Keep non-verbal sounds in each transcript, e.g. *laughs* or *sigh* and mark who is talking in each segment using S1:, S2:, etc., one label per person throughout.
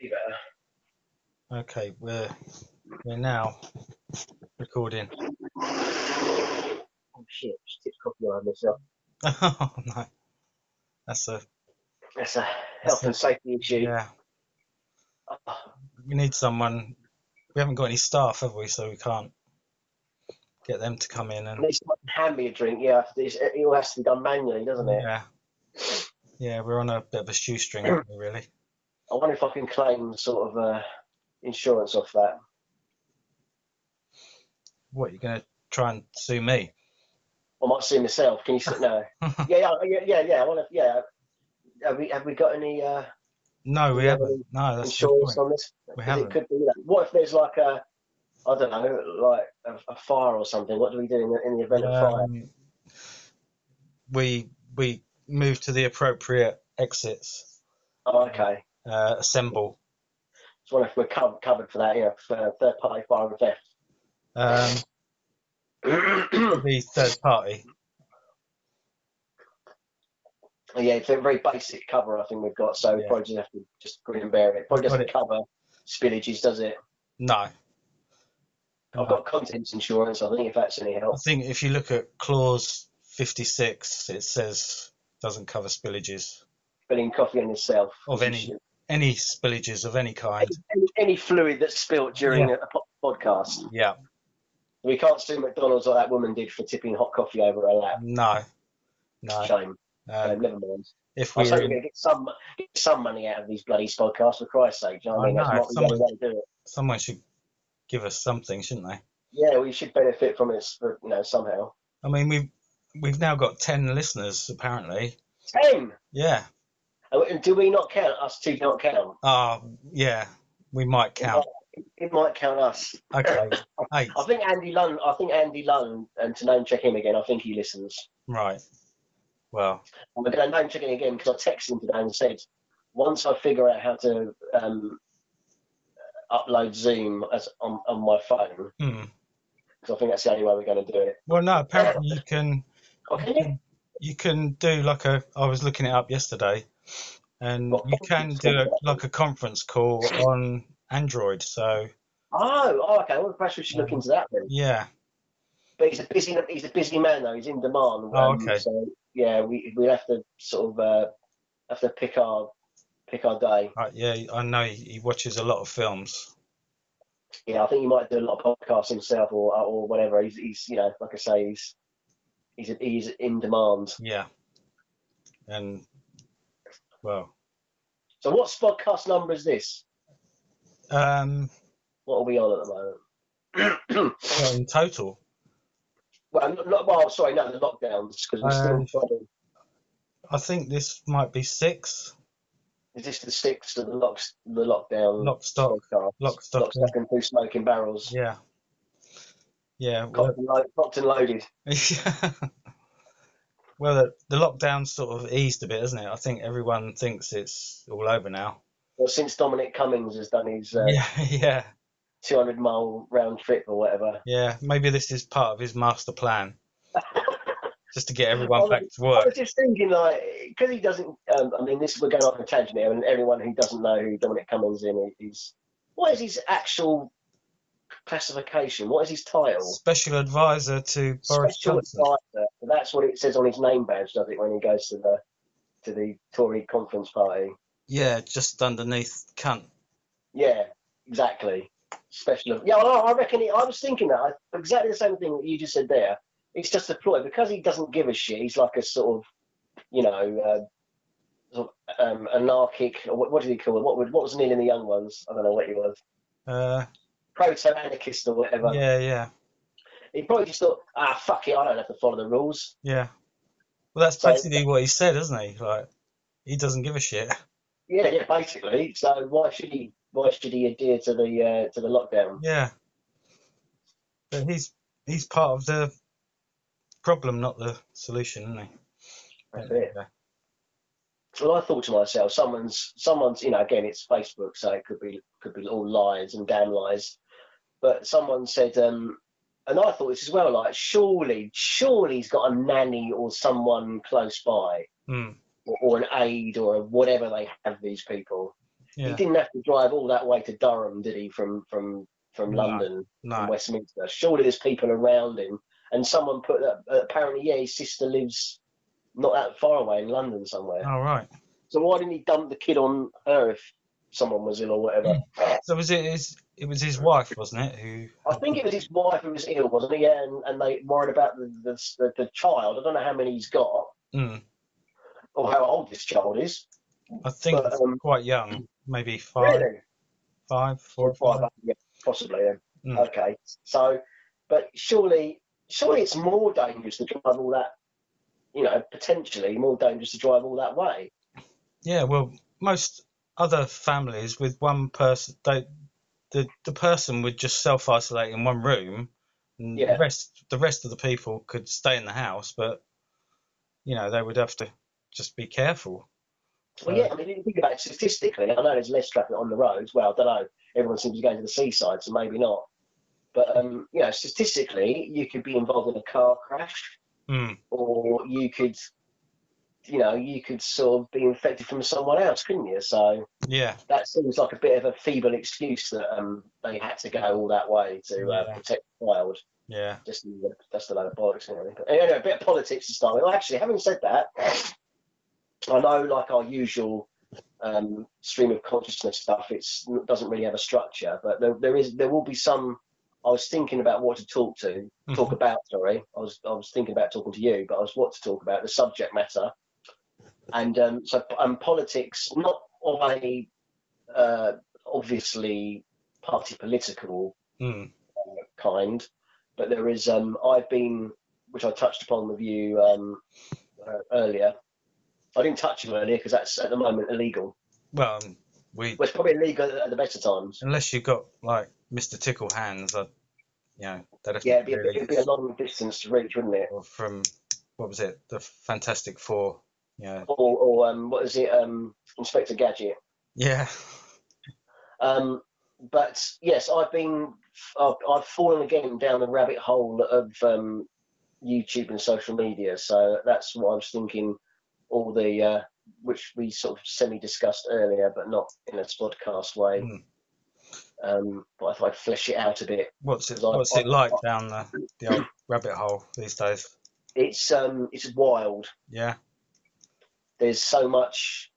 S1: be better.
S2: Okay, we're we're now recording. *laughs*
S1: Oh shit, just tipped coffee around myself.
S2: oh no, that's a
S1: That's a health and safety issue.
S2: yeah.
S1: Oh,
S2: We need someone. We haven't got any staff, have we? So we can't get them to come in
S1: at
S2: and
S1: least someone can hand me a drink, yeah. It's, it all has to be done manually, doesn't it?
S2: yeah, yeah. We're on a bit of a shoestring, aren't we, really.
S1: I wonder if I can claim sort of uh, insurance off that.
S2: What you're gonna try and sue me?
S1: I might sue myself. Can you sit
S2: *laughs*
S1: no? yeah, yeah, yeah, yeah, yeah. I wonder if, yeah. Have we, have we got any uh,
S2: no, we
S1: Yeah,
S2: haven't. No, that's the
S1: insurance
S2: point.
S1: on this?
S2: We
S1: 'Cause
S2: haven't.
S1: It could be that. What if there's like a, I don't know, like a, a fire or something? What do we do in the, in the event of fire?
S2: Um, we we move to the appropriate exits.
S1: Oh, okay.
S2: Uh, assemble.
S1: Just wonder if we're co- covered for that, you know, for third party fire and theft.
S2: Um,
S1: yeah,
S2: the third party.
S1: it's a very basic cover I think we've got, so we
S2: Yeah.
S1: probably just have to just grin and bear it. Probably
S2: Got
S1: doesn't
S2: it.
S1: cover spillages, does it?
S2: No.
S1: I've got
S2: Uh-huh.
S1: contents insurance, I think, if that's any
S2: I
S1: help.
S2: think if you look at clause 56, it says doesn't cover spillages.
S1: Spilling coffee on yourself.
S2: Of any- Any spillages of any kind.
S1: Any, any fluid that's spilt during a po- podcast.
S2: Yeah.
S1: We can't sue McDonald's like that woman did for tipping hot coffee over her lap.
S2: No. No.
S1: Shame.
S2: Um,
S1: Um, never mind.
S2: if
S1: I
S2: we
S1: was
S2: were
S1: hoping
S2: in
S1: to get some get some money out of these bloody podcasts, for Christ's sake. Do you know what I
S2: I
S1: mean?
S2: know,
S1: That's not the only way to do it.
S2: someone should give us something, shouldn't they?
S1: Yeah, we should benefit from this, for, you know, somehow.
S2: I mean, we've we've now got 10 listeners apparently.
S1: Ten.
S2: Yeah.
S1: Oh, and Do we not count? Us two do not count.
S2: Ah, yeah. We might count.
S1: It might count us.
S2: Okay. Eight.
S1: I think Andy Lunn. I think Andy Lunn. And to name check him again, I think he listens.
S2: Right. Well,
S1: And we're going to name check him again because I texted him today and said, once I figure out how to um, upload Zoom as on, on my phone,
S2: hmm.
S1: because I think that's the only way we're going to do it.
S2: Well, no, apparently you can.
S1: Oh, can you?
S2: you can do like a I was looking it up yesterday and
S1: What
S2: you can do a, like a conference call on Android so
S1: Oh, oh, okay. Well, perhaps we should look into that then.
S2: yeah
S1: But he's a busy he's a busy man though. He's in demand. Um,
S2: Oh, okay.
S1: So yeah, we we have to sort of uh, have to pick our pick our day.
S2: I, yeah I know he, he watches a lot of films
S1: Yeah, I think he might do a lot of podcasts himself or uh, or whatever. He's he's you know like I say he's he's he's in demand.
S2: yeah and well
S1: So what's podcast number is this?
S2: um
S1: What are we on at the
S2: *clears throat*
S1: moment?
S2: well, in total
S1: well, not, not- well, sorry, no, the lockdowns because we're
S2: Um,
S1: still trying.
S2: I think this might be six
S1: Is this the sixth of the locks the lockdown
S2: lock stock
S1: podcast?
S2: lock stock
S1: Lock, stock, and two smoking barrels.
S2: yeah yeah well,
S1: Cocked and lo- cocked and loaded.
S2: *laughs* well the, the lockdown sort of eased a bit isn't it I think everyone thinks it's all over now
S1: Well, since Dominic Cummings has done his uh,
S2: Yeah, *laughs* yeah,
S1: 200 mile round trip or whatever,
S2: yeah. Maybe this is part of his
S1: *laughs*
S2: master plan, just to get everyone back to
S1: I
S2: work.
S1: was just thinking, like, because he doesn't. Um, I mean, this we're going off on a tangent here, and everyone who doesn't know who Dominic Cummings is, is what is his actual classification? What is his title?
S2: Special advisor to Boris
S1: Special
S2: Johnson.
S1: advisor. That's what it says on his name badge, does it, when he goes to the to the Tory conference party?
S2: Yeah, just underneath cunt.
S1: Yeah, exactly. Special. Yeah, well, I reckon. He, I was thinking that I, exactly the same thing that you just said there. It's just a ploy because he doesn't give a shit. He's like a sort of, you know, uh, sort of, um, anarchic. Or what, what did he call it? What, would, what was Neil in the Young ones? I don't know what he was.
S2: Uh,
S1: Proto anarchist or whatever.
S2: yeah, yeah,
S1: He probably just thought, ah, fuck it, I don't have to follow the rules.
S2: yeah. Well, that's
S1: So-
S2: basically what he said, isn't he? Like, he doesn't give a shit.
S1: Yeah, yeah, basically. So why should he? Why should he adhere to the uh, to the lockdown?
S2: Yeah. But he's he's part of the problem, not the solution, isn't he?
S1: That's it. Well, I thought to myself, someone's, someone's, you know, again, it's Facebook, so it could be, could be all lies and damn lies. But someone said, um, and I thought this as well, like, surely, surely he's got a nanny or someone close by,
S2: Mm.
S1: or, or an aide, or whatever they have these people. He
S2: Yeah.
S1: didn't have to drive all that way to Durham, did he? From from from
S2: No.
S1: London, from
S2: No.
S1: Westminster. Surely there's people around him. And someone put that. Apparently, yeah, his sister lives not that far away in London somewhere.
S2: All right.
S1: So why didn't he dump the kid on her if someone was ill or whatever?
S2: So was it his? It was his wife, wasn't it? Who?
S1: I think it was his wife who was ill, wasn't he? Yeah, and, and they worried about the, the the the child. I don't know how many he's got
S2: Mm,
S1: or how old this child is.
S2: I think
S1: But, um,
S2: quite young, maybe five,
S1: Really?
S2: five, four
S1: Four
S2: or
S1: or five,
S2: five.
S1: yeah, possibly. Yeah.
S2: Mm.
S1: Okay. So, but surely, surely it's more dangerous to drive all that, you know, potentially more dangerous to drive all that way.
S2: Yeah, well, most other families with one person, they, the the person would just self isolate in one room, and
S1: Yeah.
S2: the rest the rest of the people could stay in the house, but you know they would have to just be careful.
S1: Well,
S2: Yeah.
S1: yeah, I mean, if you think about it statistically, I know there's less traffic on the roads. Well, I don't know. Everyone seems to go to the seaside, so maybe not. But, um, you know, statistically, you could be involved in a car crash
S2: Mm,
S1: or you could, you know, you could sort of be infected from someone else, couldn't you? So
S2: yeah,
S1: that seems like a bit of a feeble excuse that um, they had to go all that way to uh,
S2: Yeah.
S1: protect the child.
S2: yeah.
S1: just that's a load of bollocks anyway. But anyway, a bit of politics to start with. Well, actually, having said that, I know like our usual um, stream of consciousness stuff, it's it doesn't really have a structure, but there, there is there will be some. I was thinking about what to talk to, talk
S2: Mhm.
S1: about. Sorry, I was I was thinking about talking to you, but I was what to talk about the subject matter, and um, so um, politics not of a uh, obviously party political
S2: Mm,
S1: kind, but there is um, I've been, which I touched upon with you um, uh, earlier. I didn't touch him earlier because that's at the moment illegal.
S2: well, um, we
S1: Well, it's probably illegal at the best of times.
S2: unless you got like Mr. Tickle Hands, I, you know, they'd have
S1: Yeah,
S2: to
S1: it'd be, a- it'd be a long distance to reach, wouldn't it?
S2: or from what was it, the Fantastic Four? Yeah,
S1: Or, or um, what is it, um, Inspector Gadget?
S2: yeah,
S1: Um, but yes, I've been, I've, I've fallen again down the rabbit hole of um, YouTube and social media. So that's why I was thinking all the, uh, which we sort of semi discussed earlier, but not in a podcast way.
S2: Hmm.
S1: Um, but I thought I'd flesh it out a bit.
S2: What's it?
S1: Because I-
S2: What's
S1: I-
S2: it like down the, the old rabbit hole these days?
S1: It's, um, it's wild.
S2: Yeah,
S1: There's so much,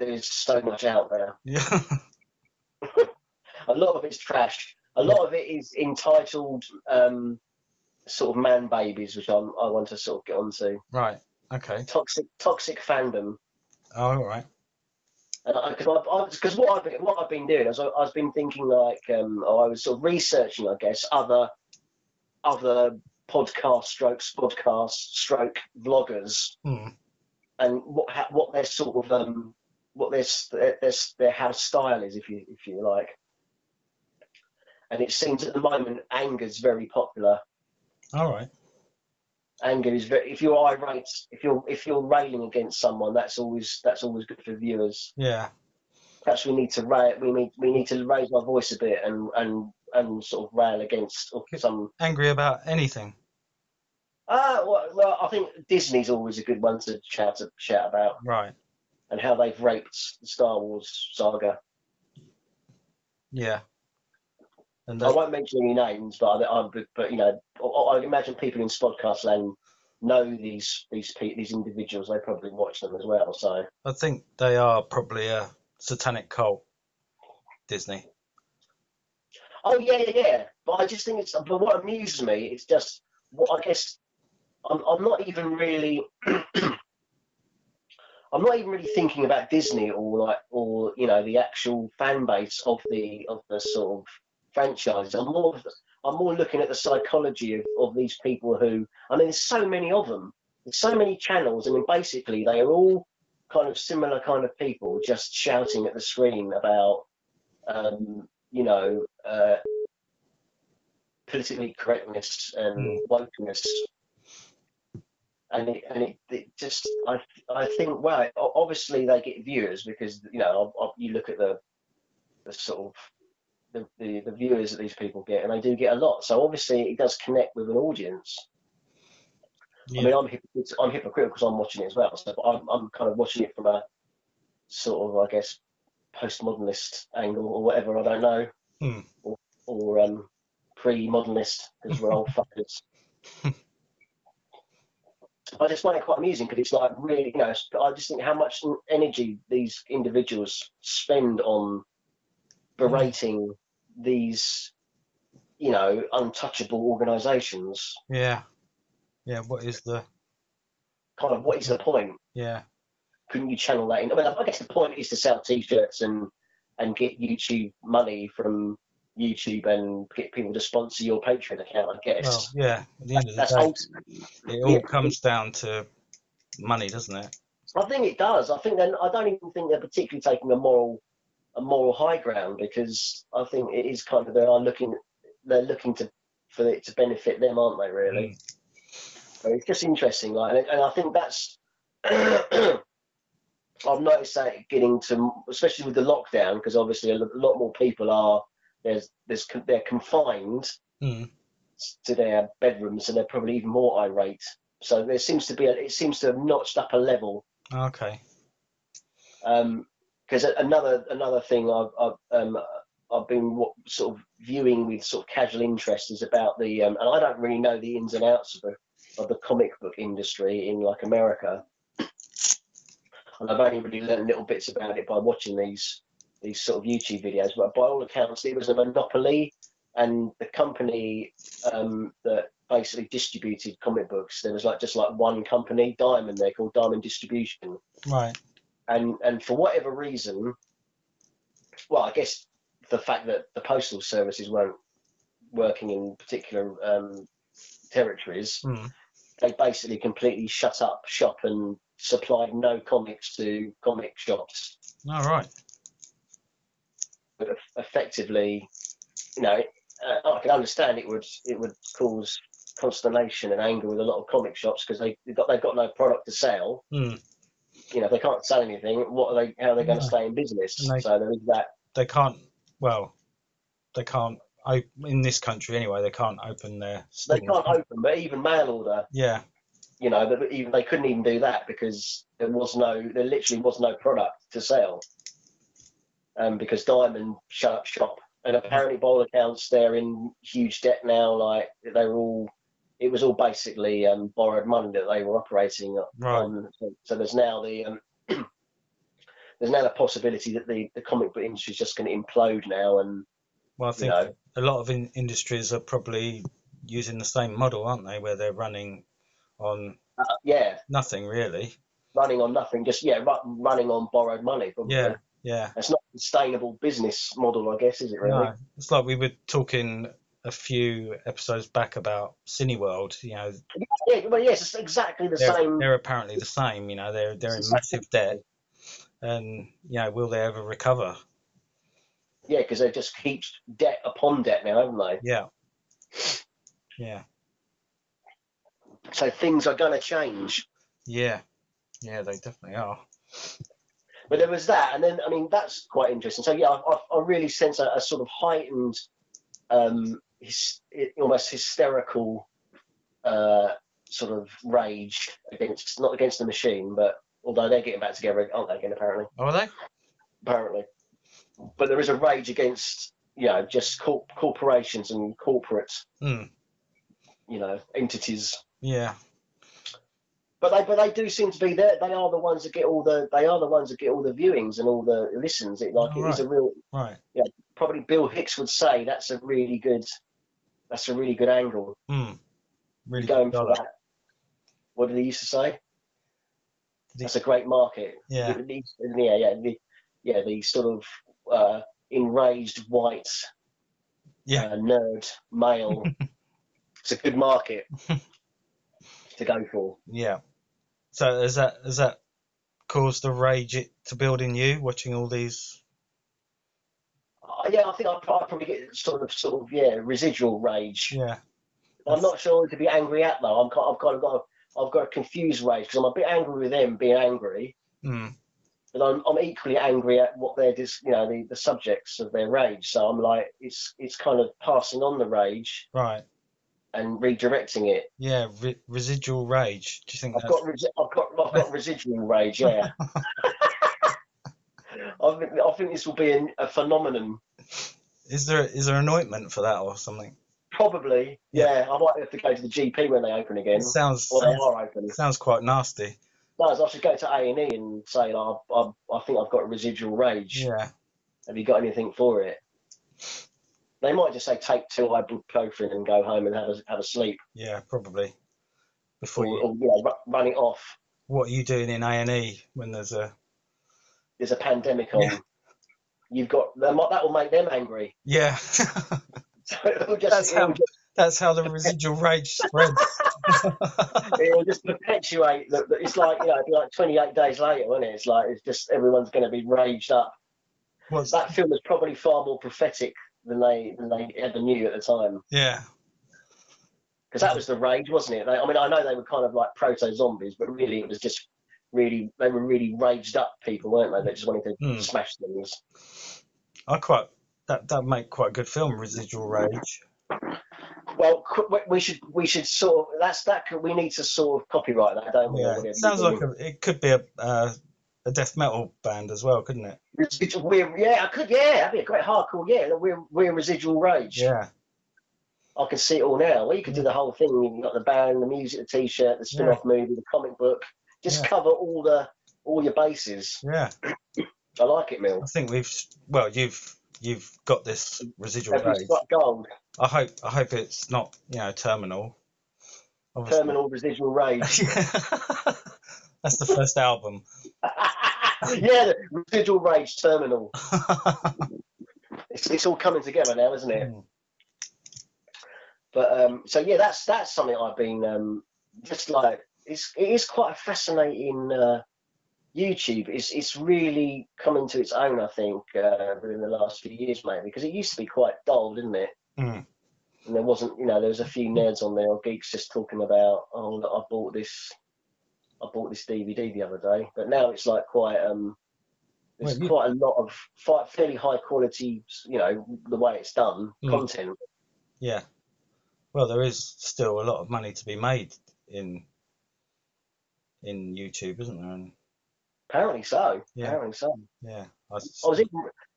S1: there's so much out there.
S2: yeah, *laughs*
S1: a lot of it's trash. A lot of it is entitled um, sort of man babies, which I'm, I want to sort of get onto.
S2: right. Okay.
S1: Toxic, toxic fandom.
S2: All right.
S1: Because because what I've been, what I've been doing is I- I've been thinking like um, or I was sort of researching, I guess, other other podcast strokes, podcast stroke vloggers,
S2: Hmm.
S1: and what ha- what their sort of um what their s- their their, s- their house style is, if you if you like. And it seems at the moment anger's very popular.
S2: All right.
S1: Anger is very if you're irate, if you're if you're railing against someone, that's always that's always good for viewers.
S2: Yeah.
S1: Perhaps we need to rail, we need we need to raise our voice a bit and and and sort of rail against some.
S2: Angry about anything.
S1: Ah, well, well, I think Disney's always a good one to shout shout about
S2: Right.
S1: and how they've raped the Star Wars saga.
S2: Yeah. And
S1: I
S2: that,
S1: won't mention any names, but I, I, but you know, I, I imagine people in Spodcast land know these these pe- these individuals. They probably watch them as well. So
S2: I think they are probably a satanic cult. Disney.
S1: oh yeah, yeah, yeah. But I just think it's. But what amuses me is just what I guess I'm, I'm not even really. *clears throat* I'm not even really thinking about Disney or like or you know the actual fan base of the of the sort of franchise. I'm more of the- I'm more looking at the psychology of, of these people who I mean there's so many of them. There's so many channels. I mean basically they are all kind of similar kind of people just shouting at the screen about um, you know uh, politically correctness and wokeness and it, and it, it just I I think well o- obviously they get viewers because you know ob- ob- you look at the the sort of the, the, the viewers that these people get and they do get a lot so obviously it does connect with an audience. I
S2: Yeah.
S1: mean I'm hypocrit- I'm hypocritical because I'm watching it as well so but I'm I'm kind of watching it from a sort of I guess postmodernist angle or whatever. I don't know,
S2: Hmm.
S1: or, or um, pre-modernist because we're
S2: *laughs*
S1: old fuckers. I just find it quite amusing because it's like really, you know, I just think how much energy these individuals spend on berating these, you know, untouchable organisations.
S2: Yeah. Yeah. What is the?
S1: Kind of, what is the point?
S2: Yeah.
S1: couldn't you channel that in? I mean, I guess the point is to sell T-shirts and and get YouTube money from YouTube and get people to sponsor your Patreon account. I guess
S2: Well, yeah. At the end of
S1: that's
S2: the
S1: ultimate.
S2: day, it all
S1: yeah.
S2: comes down to money, doesn't it?
S1: I think it does. I think then I don't even think they're particularly taking a moral a moral high ground because I think it is kind of they are looking they're looking to for it to benefit them, aren't they? Really. So it's just interesting, like, and, and I think that's *clears throat* I've noticed that getting to, especially with the lockdown, because obviously a lo- lot more people are there's there's con- they're confined
S2: Mm.
S1: to their bedrooms, and they're probably even more irate. So there seems to be a, it seems to have notched up a level.
S2: Hmm. Okay.
S1: Because Um, another another thing I've I've, um, I've been wa sort of viewing with sort of casual interest is about the um, and I don't really know the ins and outs of the of the comic book industry in like America, and I've only really learned little bits about it by watching these these sort of YouTube videos. But by all accounts, it was a monopoly, and the company um, that basically distributed comic books there was like just like one company, Diamond. They're called Diamond Distribution
S2: Right.
S1: and and for whatever reason, well, I guess the fact that the postal services weren't working in particular um, territories,
S2: Mm.
S1: they basically completely shut up shop and supplied no comics to comic shops.
S2: All right.
S1: But eff- effectively, you know, uh, I can understand it would it would cause consternation and anger with a lot of comic shops because they they've got, they've got no product to sell.
S2: Mm.
S1: You know, if they can't sell anything. What are they? How are they going to
S2: No.
S1: stay in business?
S2: And they-
S1: so there is that.
S2: They can't. Well, they can't. o- In this country, anyway, they can't open their.
S1: They
S2: stores.
S1: can't open, but even mail order,
S2: Yeah.
S1: you know, that even they couldn't even do that because there was no, there literally was no product to sell. Um, because Diamond shut up shop, and apparently, by all accounts, they're in huge debt now. Like they were all, it was all basically um, borrowed money that they were operating
S2: Right.
S1: on. Um, So, so there's now the, um, *clears throat* there's now the possibility that the, the comic book industry is just going to implode now, and
S2: Well, I
S1: you
S2: think
S1: know,
S2: a lot of in- industries are probably using the same model, aren't they? Where they're running on
S1: uh, yeah,
S2: nothing really.
S1: running on nothing, just yeah, ru- running on borrowed money. probably.
S2: Yeah, yeah.
S1: It's not a sustainable business model, I guess, is it really?
S2: No, it's like we were talking a few episodes back about Cineworld. You know,
S1: Yeah, well, yes, it's exactly the
S2: they're,
S1: same.
S2: they're apparently the same. You know, they're they're in massive debt, and you know, will they ever recover?
S1: Yeah, because they just keep debt upon debt now, haven't they?
S2: Yeah, yeah,
S1: So things are going to change.
S2: yeah, yeah. They definitely are.
S1: But there was that, and then I mean that's quite interesting. So yeah, I, I- I really sense a, a sort of heightened, um, his, almost hysterical, uh, sort of rage against not against the machine, but although they're getting back together, aren't they again? Apparently.
S2: Oh, Are they?
S1: apparently. But there is a rage against, you know, just corp- corporations and corporate,
S2: Hmm.
S1: you know, entities.
S2: Yeah.
S1: But they, but they do seem to be there. They are the ones that get all the, they are the ones that get all the viewings and all the listens. It like it is a real.
S2: Right.
S1: Probably Bill Hicks would say that's a really good, that's a really good angle
S2: Hmm. Really
S1: going
S2: good
S1: for
S2: dollar.
S1: that. What did he used to say?
S2: he-
S1: That's a great market.
S2: Yeah.
S1: The- the- yeah, yeah, the, yeah, the sort of uh, enraged white
S2: Yeah.
S1: uh, nerd
S2: *laughs*
S1: male. it's a good market to go for.
S2: Yeah. So has that has that caused the rage it to build in you watching all these?
S1: Uh, yeah, I think I probably get sort of sort of yeah residual rage.
S2: Yeah.
S1: I'm not sure to be angry at though. I'm kind, I've kind of got a, I've got a confused rage because I'm a bit angry with them being angry,
S2: Hmm.
S1: but I'm, I'm equally angry at what they're dis, you know the, the subjects of their rage. So I'm like it's it's kind of passing on the rage
S2: Right.
S1: and redirecting it.
S2: Yeah. Re- residual rage. Do you think
S1: I've
S2: *laughs* that's *laughs*
S1: got, resi- I've got, I've got residual rage, yeah. I think, I think this will be an, a phenomenon.
S2: Is there is there an ointment for that or something?
S1: Probably, yeah. I might have to go to the GP when they open again,
S2: It sounds
S1: or they
S2: sounds,
S1: are open.
S2: sounds quite nasty.
S1: No, so I should go to A and E and say, like, I, I, I think I've got residual rage.
S2: Yeah,
S1: Have you got anything for it? They might just say take two ibuprofen and go home and have a have a sleep,
S2: yeah, probably. Before
S1: or,
S2: you,
S1: or you know, ru- run it off.
S2: what are you doing in A and E when there's a
S1: There's a pandemic on.
S2: Yeah.
S1: You've got they might, that will make them angry. *laughs*
S2: yeah? *laughs*
S1: So it'll just,
S2: That's
S1: it'll
S2: how-
S1: just,
S2: That's how the residual rage spreads.
S1: it'll just perpetuate. The, the- it's like you know, it'd be like 28 days later, won't it? It's like it's just everyone's going to be raged up.
S2: What's
S1: That film was probably far more prophetic than they than they ever knew at the time.
S2: yeah,
S1: because that was the rage, wasn't it? They, I mean, I know they were kind of like proto zombies, but really it was just really they were really raged up people, weren't they? They just wanted to
S2: Hmm.
S1: smash things.
S2: I quite that that make quite a good film. Residual rage.
S1: Well, qu- we- we should we should sort of, that's that could- we need to sort of copyright that, don't we? or
S2: Yeah,
S1: whatever you
S2: sounds
S1: do.
S2: like a, it could be a uh, a death metal band as well, couldn't it?
S1: It's- it's- we're, yeah, I could yeah, that'd be a great hardcore yeah. We're we're residual rage.
S2: Yeah,
S1: I can see it all now. Well, you could do the whole thing. You've got the band, the music, the T-shirt, the spin-off movie, the comic book. Just
S2: Yeah.
S1: cover all the all your bases.
S2: yeah.
S1: I like it, Mill.
S2: I think we've well, you've you've got this residual
S1: Everything's
S2: rage.
S1: got gold.
S2: I hope I hope it's not you know terminal. Obviously. *laughs*
S1: Terminal residual rage. *laughs*
S2: That's the first album.
S1: yeah, the residual rage terminal. It's, it's all coming together now, isn't it?
S2: Mm.
S1: But um, so yeah, that's that's something I've been um, just like it's it is quite a fascinating uh, YouTube. It's it's really coming to its own, I think, uh, within the last few years, mate, because it used to be quite dull, didn't it?
S2: Mm.
S1: And there wasn't, you know, there was a few nerds on there or geeks just talking about, oh, look, I bought this, I bought this DVD the other day. But now it's like quite um, there's
S2: Well, you-
S1: quite a lot of fi- fairly high quality, you know, the way it's done
S2: Mm.
S1: content.
S2: Yeah. Well, there is still a lot of money to be made in in YouTube, isn't there? And
S1: Apparently so.
S2: Yeah.
S1: Apparently so.
S2: yeah, I, s-
S1: I was even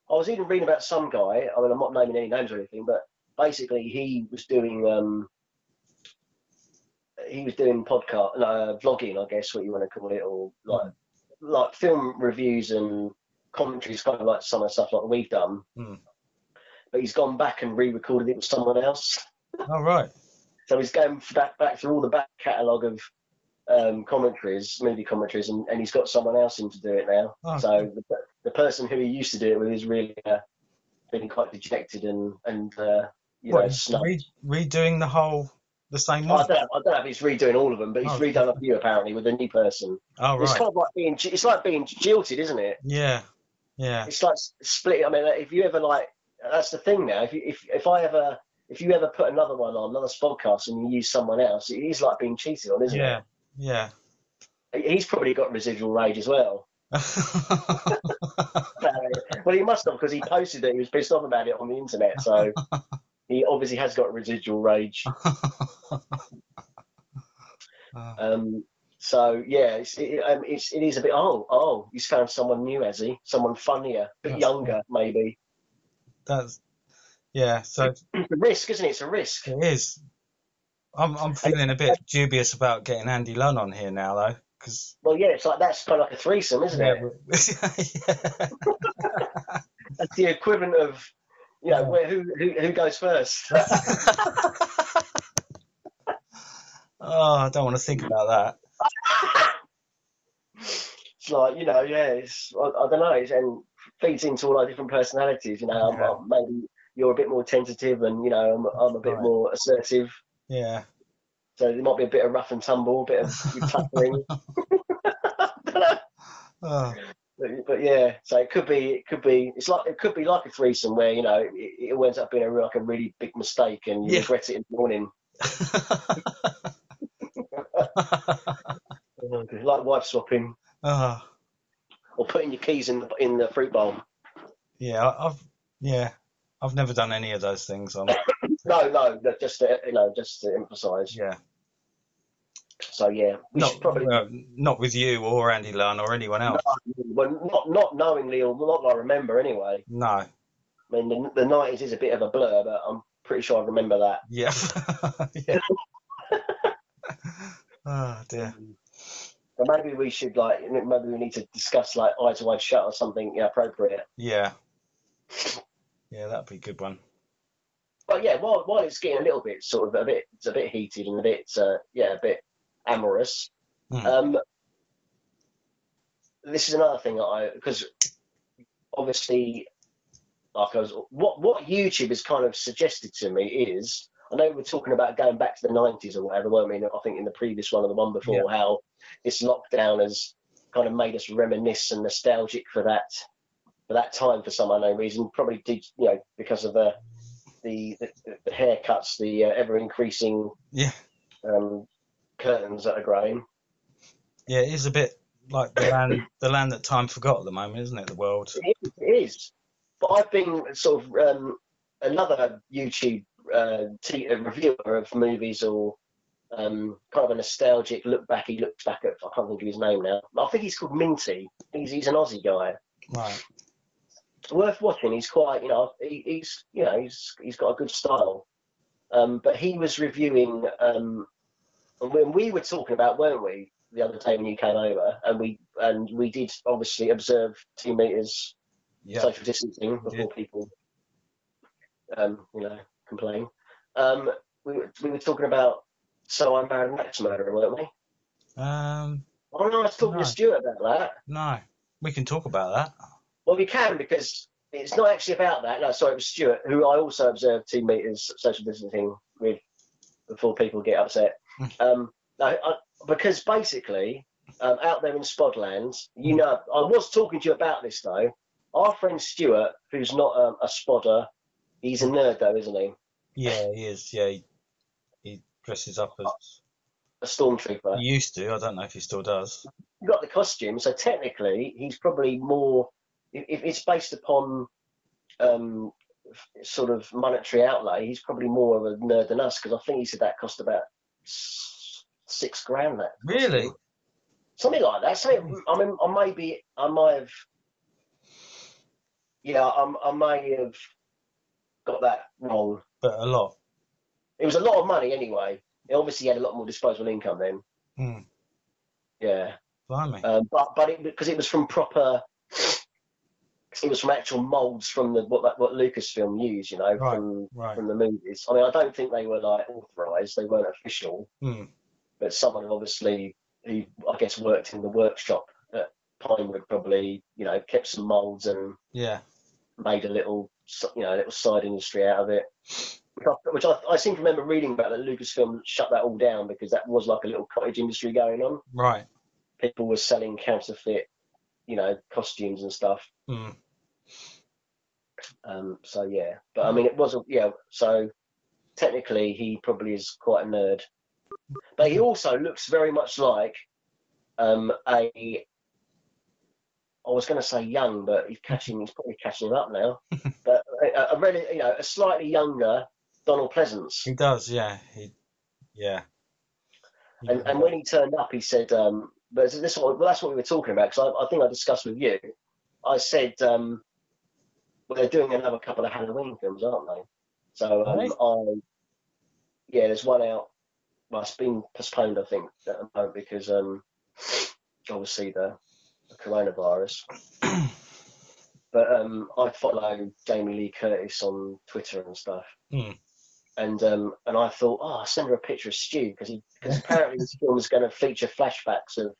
S1: I was even reading about some guy. I mean, I'm not naming any names or anything, but basically he was doing um he was doing podcast no, uh, vlogging, I guess what you want to call it, or like like film reviews and commentaries, kind of like some of the stuff like we've done.
S2: Mm.
S1: But he's gone back and re-recorded it with someone else.
S2: oh right,
S1: So he's going back back through all the back catalogue of um, commentaries, movie commentaries, and, and he's got someone else in to do it now.
S2: Oh,
S1: so the, the person who he used to do it with is really uh, been quite dejected and and uh, you know
S2: what,
S1: snubbed.
S2: re- redoing the whole the same
S1: I
S2: one?
S1: don't, I don't know if he's redoing all of them, but he's
S2: Oh.
S1: redone a few apparently with a new person.
S2: Oh
S1: It's
S2: right,
S1: kind of like being it's like being jilted, isn't it?
S2: yeah, yeah,
S1: It's like s- split. I mean, if you ever like, that's the thing now. If you, if if I ever if you ever put another one on another podcast and you use someone else, it is like being cheated on, isn't it?
S2: yeah,
S1: *laughs*
S2: yeah.
S1: he's probably got residual rage as well. Uh, well, he must have because he posted that he was pissed off about it on the internet. So he obviously has got residual rage.
S2: Uh,
S1: Um, so yeah, it's, it, um, it's it is a bit. Oh, oh, he's found someone new, has he? Someone funnier, a bit
S2: That's-
S1: younger, maybe.
S2: that's yeah. So
S1: It's a risk, isn't it? It's a risk.
S2: it is. I'm I'm feeling a bit dubious about getting Andy Lunn on here now though, because
S1: Well, yeah, it's like that's kind of like a threesome, isn't it?
S2: *laughs*
S1: That's the equivalent of, you know,
S2: Yeah.
S1: where who who, who goes first.
S2: Oh, I don't want to think about that.
S1: it's like you know, yeah, it's I, I don't know, it's, and feeds into all our different personalities. You know, I'm-
S2: Yeah.
S1: I'm, maybe you're a bit more tentative, and you know, I'm, I'm a bit
S2: Right.
S1: more assertive.
S2: Yeah.
S1: So there might be a bit of rough and tumble, a bit of
S2: *laughs*
S1: tackling. *laughs*
S2: Oh,
S1: but, but yeah, so it could be, it could be, it's like it could be like a threesome where you know it, it all ends up being a, real- like a really big mistake, and you
S2: Yeah.
S1: regret it in the morning. Like wife swapping
S2: oh,
S1: or putting your keys in the, in the fruit bowl.
S2: yeah. I- I've yeah. I've never done any of those things. I'm,
S1: No, no, no, just to, you know, just to emphasise.
S2: yeah.
S1: So yeah, we
S2: Not
S1: should probably
S2: uh, not with you or Andy Lunn or anyone else.
S1: well not not knowingly or not that I remember anyway.
S2: No.
S1: I mean the the nineties is a bit of a blur, but I'm pretty sure I remember that.
S2: Yeah. *laughs*
S1: *laughs*
S2: yeah. oh dear.
S1: But maybe we should like maybe we need to discuss like eye to eye shut or something yeah, appropriate.
S2: Yeah. Yeah, that'd be a good one.
S1: But yeah, while while it's getting a little bit sort of a bit it's a bit heated and a bit uh, yeah a bit amorous.
S2: Hmm.
S1: Um, this is another thing that I because obviously like I was what what YouTube has kind of suggested to me is I know we we're talking about going back to the nineties or whatever, weren't we? in- I think in the previous one or the one before how this lockdown has kind of made us reminisce and nostalgic for that for that time for some unknown reason. Probably did you know because of the the the, the haircuts, the uh, ever increasing
S2: Yeah.
S1: um, curtains that are growing.
S2: Yeah, it is a bit like the land the land that time forgot at the moment, isn't it? The world.
S1: It is. It is. But I've been sort of um, another YouTube uh, t- uh, reviewer of movies or um, kind of a nostalgic look back. He looks back at, I can't think of his name now. I think he's called Minty. He's, he's an Aussie guy.
S2: Right.
S1: Worth watching. He's quite, you know, he, he's, you know, he's, he's got a good style. Um, but he was reviewing, um, and when we were talking about, weren't we, the other day when you came over, and we and we did obviously observe two meters
S2: Yeah.
S1: social distancing before
S2: Yeah.
S1: people, um, you know, complain. Um, we were, we were talking about so I married an axe murderer, weren't we?
S2: Um
S1: Oh no, I was talking
S2: No.
S1: to Stuart about that.
S2: no. We can talk about that.
S1: Well, we can because it's not actually about that. No, sorry, it was Stuart who I also observed two meters social distancing with before people get upset. um, no, I, because basically, um, out there in Spodland, you know, I was talking to you about this though. Our friend Stuart, who's not um, a spodder, he's a nerd though, isn't he?
S2: *laughs* Yeah, he is. Yeah, he, he dresses up as
S1: A stormtrooper.
S2: he used to. I don't know if he still does.
S1: He got the costume, so technically he's probably more. If, if it's based upon um, f- sort of monetary outlay, he's probably more of a nerd than us because I think he said that cost about s- six grand. That costume.
S2: Really? Hmm.
S1: something like that. Something, I mean, I may be, I might have, yeah, I, I may have got that wrong.
S2: But a lot.
S1: It was a lot of money anyway. It obviously had a lot more disposable income then.
S2: Hmm.
S1: Yeah,
S2: Blimey.
S1: um, but but it because it was from proper, it was from actual molds from the what that- what Lucasfilm used, you know,
S2: Right.
S1: from
S2: Right.
S1: from the movies. I mean, I don't think they were like authorized; they weren't official.
S2: Hmm.
S1: but someone who obviously who I guess worked in the workshop at Pinewood probably you know kept some molds and
S2: Yeah.
S1: made a little s- you know little side industry out of it. Which I- Which I, I seem to remember reading about that Lucasfilm shut that all down because that was like a little cottage industry going on.
S2: Right.
S1: People were selling counterfeit, you know, costumes and stuff.
S2: Hmm.
S1: Um, so yeah, but I mean, it was a yeah. So technically, he probably is quite a nerd, but he also looks very much like um, a. I was going to say young, but he's catching. He's probably catching him up now. but a, a really, you know, a slightly younger Donald Pleasance.
S2: He does. Yeah. He. Yeah.
S1: And, and when he turned up, he said, um, "But this well, that's what we were talking about because I, I think I discussed with you. I said, um, well, they're doing another couple of Halloween films, aren't they? So um,
S2: Are
S1: I, yeah, there's one out. Well, it's been postponed, I think, at the moment because um, obviously the, the
S2: *clears throat*
S1: coronavirus. but um, I follow Jamie Lee Curtis on Twitter and stuff.
S2: Hmm.
S1: And um, and I thought, oh, I'll send her a picture of Stu because he because apparently this film is going to feature flashbacks of,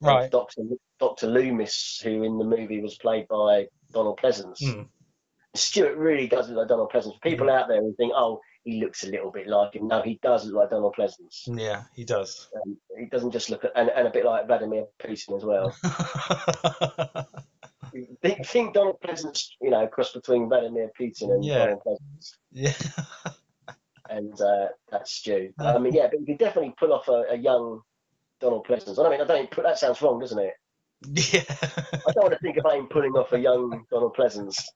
S2: Right.
S1: of Doctor Doctor Loomis, who in the movie was played by Donald Pleasance.
S2: Hmm.
S1: Stuart really does look like Donald Pleasance. People out there who think, oh, he looks a little bit like him. No, he does look like Donald Pleasance.
S2: Yeah. He does. *laughs*
S1: Um, he doesn't just look at, and, and a bit like Vladimir Putin as
S2: *laughs*
S1: well. think, think Donald Pleasance, you know, cross between Vladimir Putin and
S2: Yeah.
S1: Donald Pleasance.
S2: yeah.
S1: and uh, that's Stu.
S2: Yeah.
S1: I mean, yeah, but you can definitely pull off a, a young Donald Pleasance. I mean, I don't. That sounds wrong, doesn't it?
S2: Yeah. *laughs*
S1: I don't want to think about him pulling off a young Donald Pleasance.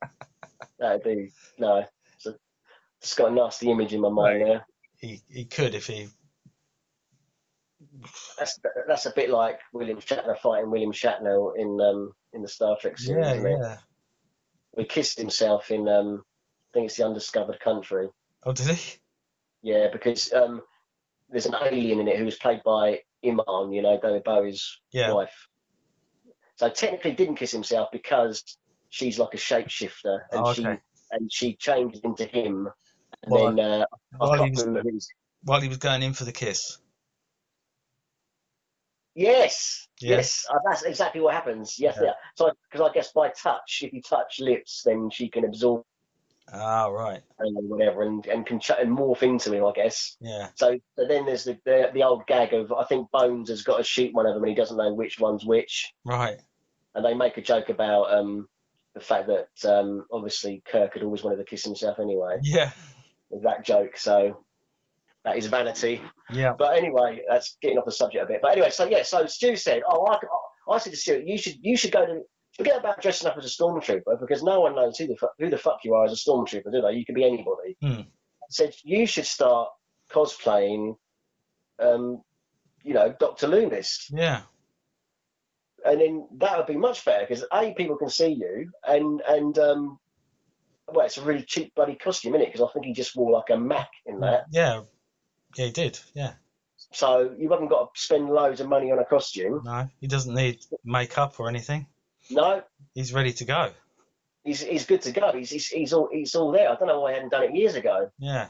S1: That'd be no. It's, a, it's got a nasty image in my mind there.
S2: He he could if he
S1: That's that's a bit like William Shatner fighting William Shatner in um in the Star Trek series.
S2: Yeah,
S1: isn't it?
S2: yeah.
S1: He kissed himself in um I think it's the Undiscovered Country.
S2: Oh, did he?
S1: Yeah, because um there's an alien in it who was played by Iman, you know, David Bowie's
S2: Yeah.
S1: wife. So technically didn't kiss himself because she's like a shapeshifter and
S2: Oh,
S1: she
S2: okay.
S1: and she changed into him. And
S2: Well,
S1: then uh, I
S2: While he
S1: can't
S2: was
S1: remember who's
S2: while he was going in for the kiss.
S1: Yes,
S2: Yeah.
S1: yes, uh, that's exactly what happens. Yes,
S2: Yeah.
S1: yeah. So, because I guess by touch, if you touch lips, then she can absorb
S2: Ah, right.
S1: and whatever, and and can ch- and morph into him, I guess.
S2: Yeah.
S1: So, but then there's the, the the old gag of I think Bones has got to shoot one of them, and he doesn't know which one's which,
S2: Right.
S1: and they make a joke about um the fact that um obviously Kirk had always wanted to kiss himself anyway.
S2: Yeah.
S1: with That joke, so that is vanity.
S2: Yeah.
S1: But anyway, that's getting off the subject a bit. But anyway, so yeah, so Stu said, "Oh, I, I, I said to Stu, you should, you should go to forget about dressing up as a stormtrooper because no one knows who the fu- who the fuck you are as a stormtrooper, do they? You could be anybody."
S2: Hmm.
S1: I said you should start cosplaying, um, you know, Doctor Loomis,
S2: Yeah.
S1: and then that would be much better because a people can see you, and and um, well, it's a really cheap bloody costume, is it? Because I think he just wore like a Mac
S2: Mm.
S1: in that.
S2: Yeah. Yeah, he did. Yeah.
S1: So you haven't got to spend loads of money on a costume.
S2: No, he doesn't need makeup or anything.
S1: No,
S2: He's ready to go.
S1: he's, he's good to go. He's, he's, he's all he's all there. I don't know why I hadn't done it years ago.
S2: Yeah.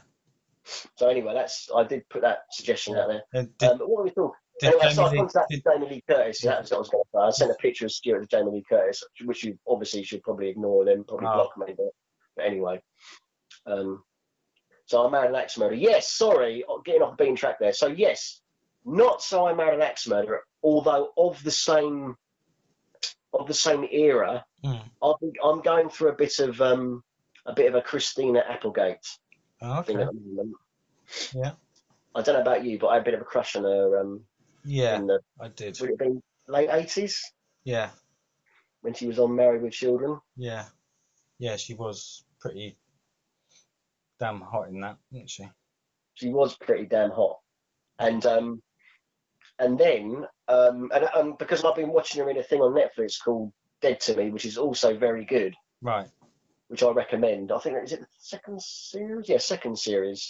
S1: So anyway, that's I did put that suggestion out there.
S2: And Uh, did,
S1: um, but what were we talking?
S2: did
S1: anyway, so I
S2: Jamie Lee-
S1: contacted
S2: did-
S1: Jamie Lee Curtis. That was what I was going to say. I sent a picture of Stuart to Jamie Lee Curtis, which you obviously should probably ignore. Then probably
S2: Oh.
S1: block me. But, but anyway, um, so I married an axe murderer. Yes, sorry, oh, getting off the bean track there. So yes, not so I married an axe murderer. Although of the same of the same era,
S2: Hmm.
S1: I think I'm going through a bit of um, a bit of a Christina Applegate
S2: oh,
S1: thing
S2: okay.
S1: at the moment.
S2: Yeah.
S1: I don't know about you, but I had a bit of a crush on her um,
S2: Yeah,
S1: in the
S2: I did.
S1: would it have been late eighties
S2: Yeah.
S1: when she was on Married with Children?
S2: Yeah. Yeah, she was pretty damn hot in that, wasn't she?
S1: She was pretty damn hot, and um, and then um, and, and because I've been watching her in a thing on Netflix called Dead to Me, which is also very good,
S2: Right.
S1: which I recommend. I think is it the second series? Yeah, second series.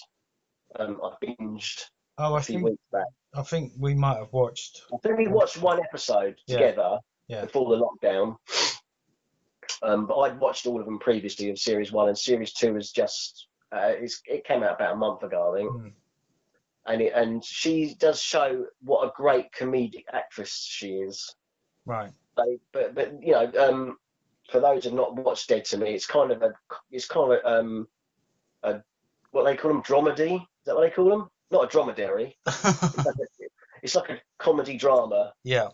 S1: Um, I binged
S2: Oh, I
S1: a few
S2: think
S1: weeks back.
S2: I think we might have watched.
S1: I think we watched one episode
S2: Yeah.
S1: together
S2: Yeah.
S1: before the lockdown. Um, but I'd watched all of them previously of series one, and series two was just uh, it's, it came out about a month ago, I think.
S2: Hmm.
S1: and it, and she does show what a great comedic actress she is.
S2: Right. *laughs*
S1: But but, but you know, um, for those who've not watched Dead to Me, it's kind of a it's kind of um, a what they call them dramedy. Is that what they call them? Not a
S2: *laughs*
S1: dromedary. It's like a comedy drama.
S2: Yeah.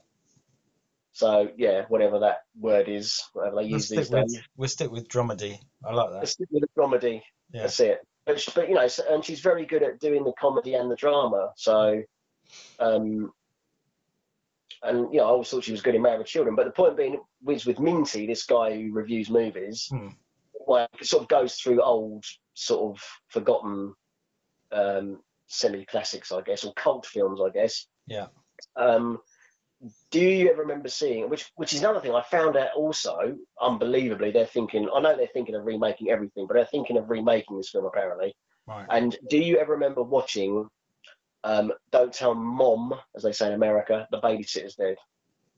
S1: So yeah, whatever that word is, whatever they
S2: We'll
S1: use
S2: stick
S1: these
S2: with
S1: days.
S2: we'll stick with dramedy. I like that.
S1: Let's stick with a dramedy.
S2: Yeah.
S1: That's it. But, she, but you know, so, and she's very good at doing the comedy and the drama. So, um, and you know, I always thought she was good in Married with Children. But the point being, with with Minty, this guy who reviews movies,
S2: Hmm.
S1: like sort of goes through old, sort of forgotten, um, semi classics, I guess, or cult films, I guess.
S2: Yeah.
S1: Um, do you ever remember seeing which which is another thing I found out also unbelievably they're thinking I know they're thinking of remaking everything but they're thinking of remaking this film apparently
S2: Right.
S1: and do you ever remember watching um, Don't Tell Mom as they say in America The Babysitter's Dead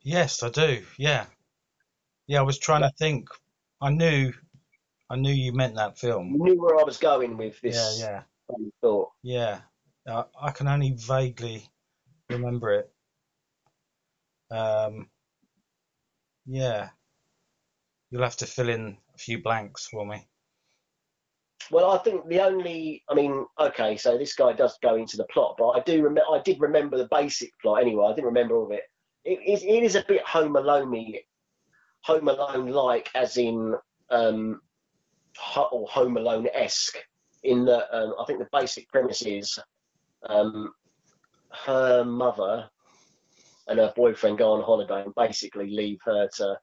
S2: Yes, I do. Yeah. Yeah, I was trying to think. I knew I knew you meant that film.
S1: you knew where I was going with
S2: Yeah,
S1: this
S2: yeah.
S1: funny thought
S2: Yeah. I, I can only vaguely remember it. Um, yeah. You'll have to fill in a few blanks for me.
S1: well I think the only I mean okay so this guy does go into the plot but I do remember I did remember the basic plot anyway I didn't remember all of it it, it, it is a bit Home Alone Home Alone like, as in um, ho- or Home Alone esque. In that, um, I think the basic premise is um, her mother and her boyfriend go on holiday and basically leave her to.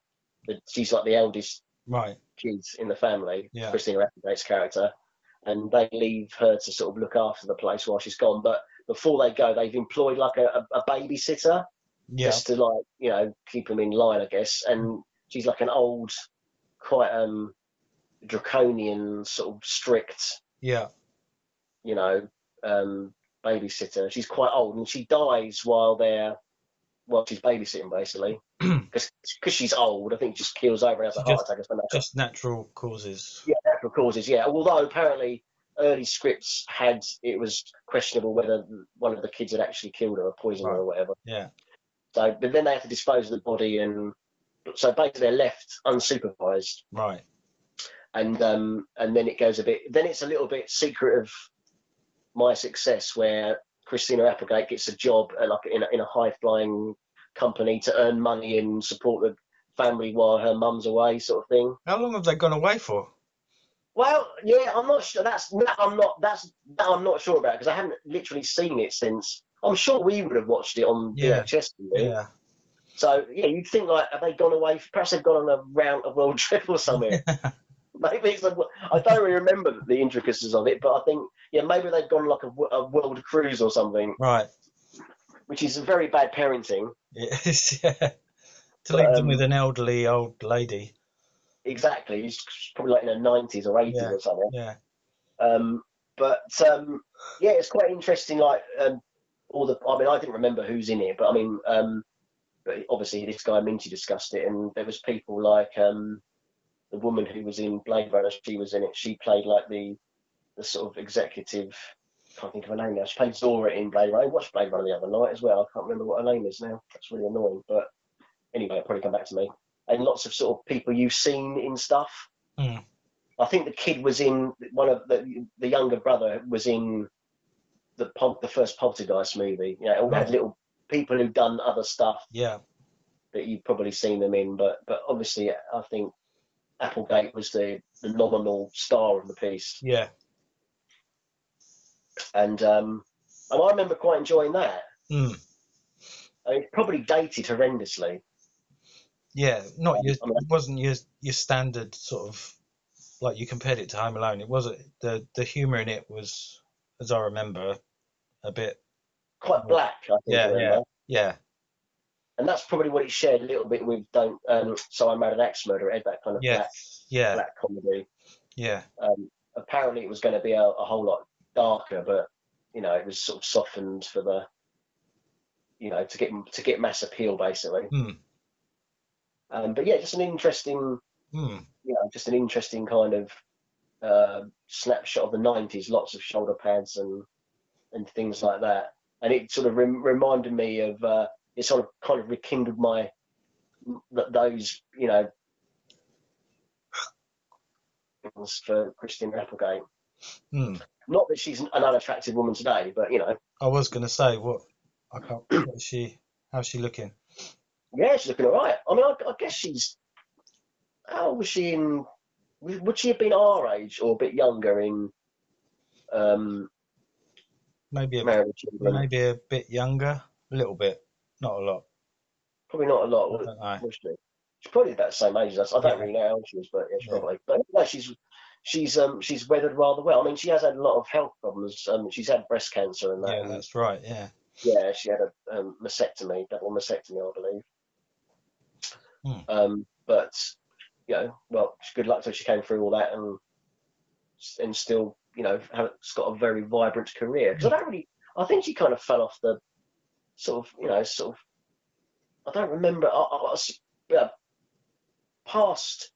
S1: The, she's like the eldest
S2: Right.
S1: kids in the family,
S2: Yeah.
S1: Christina Applegate's character, and they leave her to sort of look after the place while she's gone. But before they go, they've employed like a, a, a babysitter
S2: Yeah.
S1: just to like you know keep him in line, I guess. And she's like an old, quite um draconian sort of strict,
S2: yeah.
S1: you know, um babysitter. She's quite old, and she dies while they're while she's babysitting
S2: *clears throat*
S1: basically because she's old. I think she just keels over and has a
S2: She
S1: heart
S2: just-
S1: attack or something.
S2: Just natural causes.
S1: Yeah, natural causes. Yeah, although apparently early scripts had it was questionable whether one of the kids had actually killed her or poisoned her or whatever.
S2: Yeah.
S1: So, but then they have to dispose of the body, and so basically they're left unsupervised,
S2: Right.
S1: and um, and then it goes a bit. Then it's a little bit secret of my success, where Christina Applegate gets a job at like in a, in a high flying company to earn money and support the family while her mum's away, sort of thing.
S2: How long have they gone away for?
S1: Well, yeah, I'm not sure. That's that I'm not. That's that I'm not sure about because I haven't literally seen it since. I'm sure we would have watched it on
S2: Yeah.
S1: VHS. wouldn't we?
S2: Yeah.
S1: So yeah, you'd think like, have they gone away? Perhaps they've gone on a round, a world *laughs* trip or something.
S2: *laughs*
S1: maybe it's a, I don't really remember the intricacies of it, but I think yeah, maybe they've gone like a, wo- a world cruise or something,
S2: Right. *laughs*
S1: which is very bad parenting.
S2: It is, yeah. To leave them
S1: Um,
S2: with an elderly old lady.
S1: Exactly, he's probably like in the nineties or eighties
S2: Yeah.
S1: or something.
S2: Yeah.
S1: Um, but um, yeah, it's quite interesting. Like um, all the, I mean, I didn't remember who's in it, but I mean, um, but obviously this guy Minty discussed it, and there was people like um, the woman who was in Blade Runner. She was in it. She played like the the sort of executive. I can't think of her name now. She played Zora in Blade Runner. I watched Blade Runner the other night as well. I can't remember what her name is now. That's really annoying. But anyway, it'll probably come back to me. And lots of sort of people you've seen in stuff.
S2: Hmm.
S1: I think the kid was in one of the the younger brother was in the Pol- the first Poltergeist movie. You know, it all had
S2: Right.
S1: little people who've done other stuff
S2: Yeah.
S1: that you've probably seen them in, but but obviously I think Applegate was the, the nominal star of the piece,
S2: Yeah.
S1: and um, and I remember quite enjoying that.
S2: Mm.
S1: I mean, it probably dated horrendously.
S2: Yeah. Not your.
S1: I mean-
S2: It wasn't your your standard sort of like you compared it to Home Alone. It wasn't the the humor in it was, as I remember, a bit.
S1: Quite black, I think.
S2: Hmm. Yeah,
S1: I remember.
S2: yeah. Yeah.
S1: And that's probably what it shared a little bit with "Don't." Um, so I married an axe murderer. It had that kind of
S2: Yeah.
S1: black,
S2: Yeah.
S1: black comedy.
S2: Yeah.
S1: um, apparently it was going to be a, a whole lot darker, but you know it was sort of softened for the you know to get to get mass appeal basically.
S2: Hmm.
S1: Um, but yeah, just an interesting,
S2: Hmm.
S1: you know, just an interesting kind of uh, snapshot of the '90s. Lots of shoulder pads and and things like that, and it sort of rem- reminded me of uh, it sort of kind of rekindled my th- those you know things for Christina Applegate.
S2: Hmm.
S1: Not that she's an unattractive woman today, but you know,
S2: I was gonna say what. I can't. What is she? How's she looking?
S1: yeah, she's looking all right. I mean, I, I guess she's. How was she in? Would she have been our age or a bit younger in um,
S2: Maybe a
S1: Married with Children?
S2: maybe a bit younger, a little bit, not a lot.
S1: Probably not a lot,
S2: I
S1: was
S2: don't know.
S1: was she? She's probably about the same age as us. I don't
S2: Yeah.
S1: really know how old she is, but yeah, she's
S2: Yeah.
S1: probably. But no, she's she's um she's weathered rather well. I mean, she has had a lot of health problems. Um, she's had breast cancer and that.
S2: Yeah, that's right. Yeah,
S1: Yeah, she had a um, mastectomy, double mastectomy, I believe.
S2: Hmm.
S1: Um, but you know, well, it's good luck to her. She came through all that and and still, you know, have, has got a very vibrant career. Because I don't really, I think she kind of fell off the sort of, you know, sort of. I don't remember. I, I was yeah, past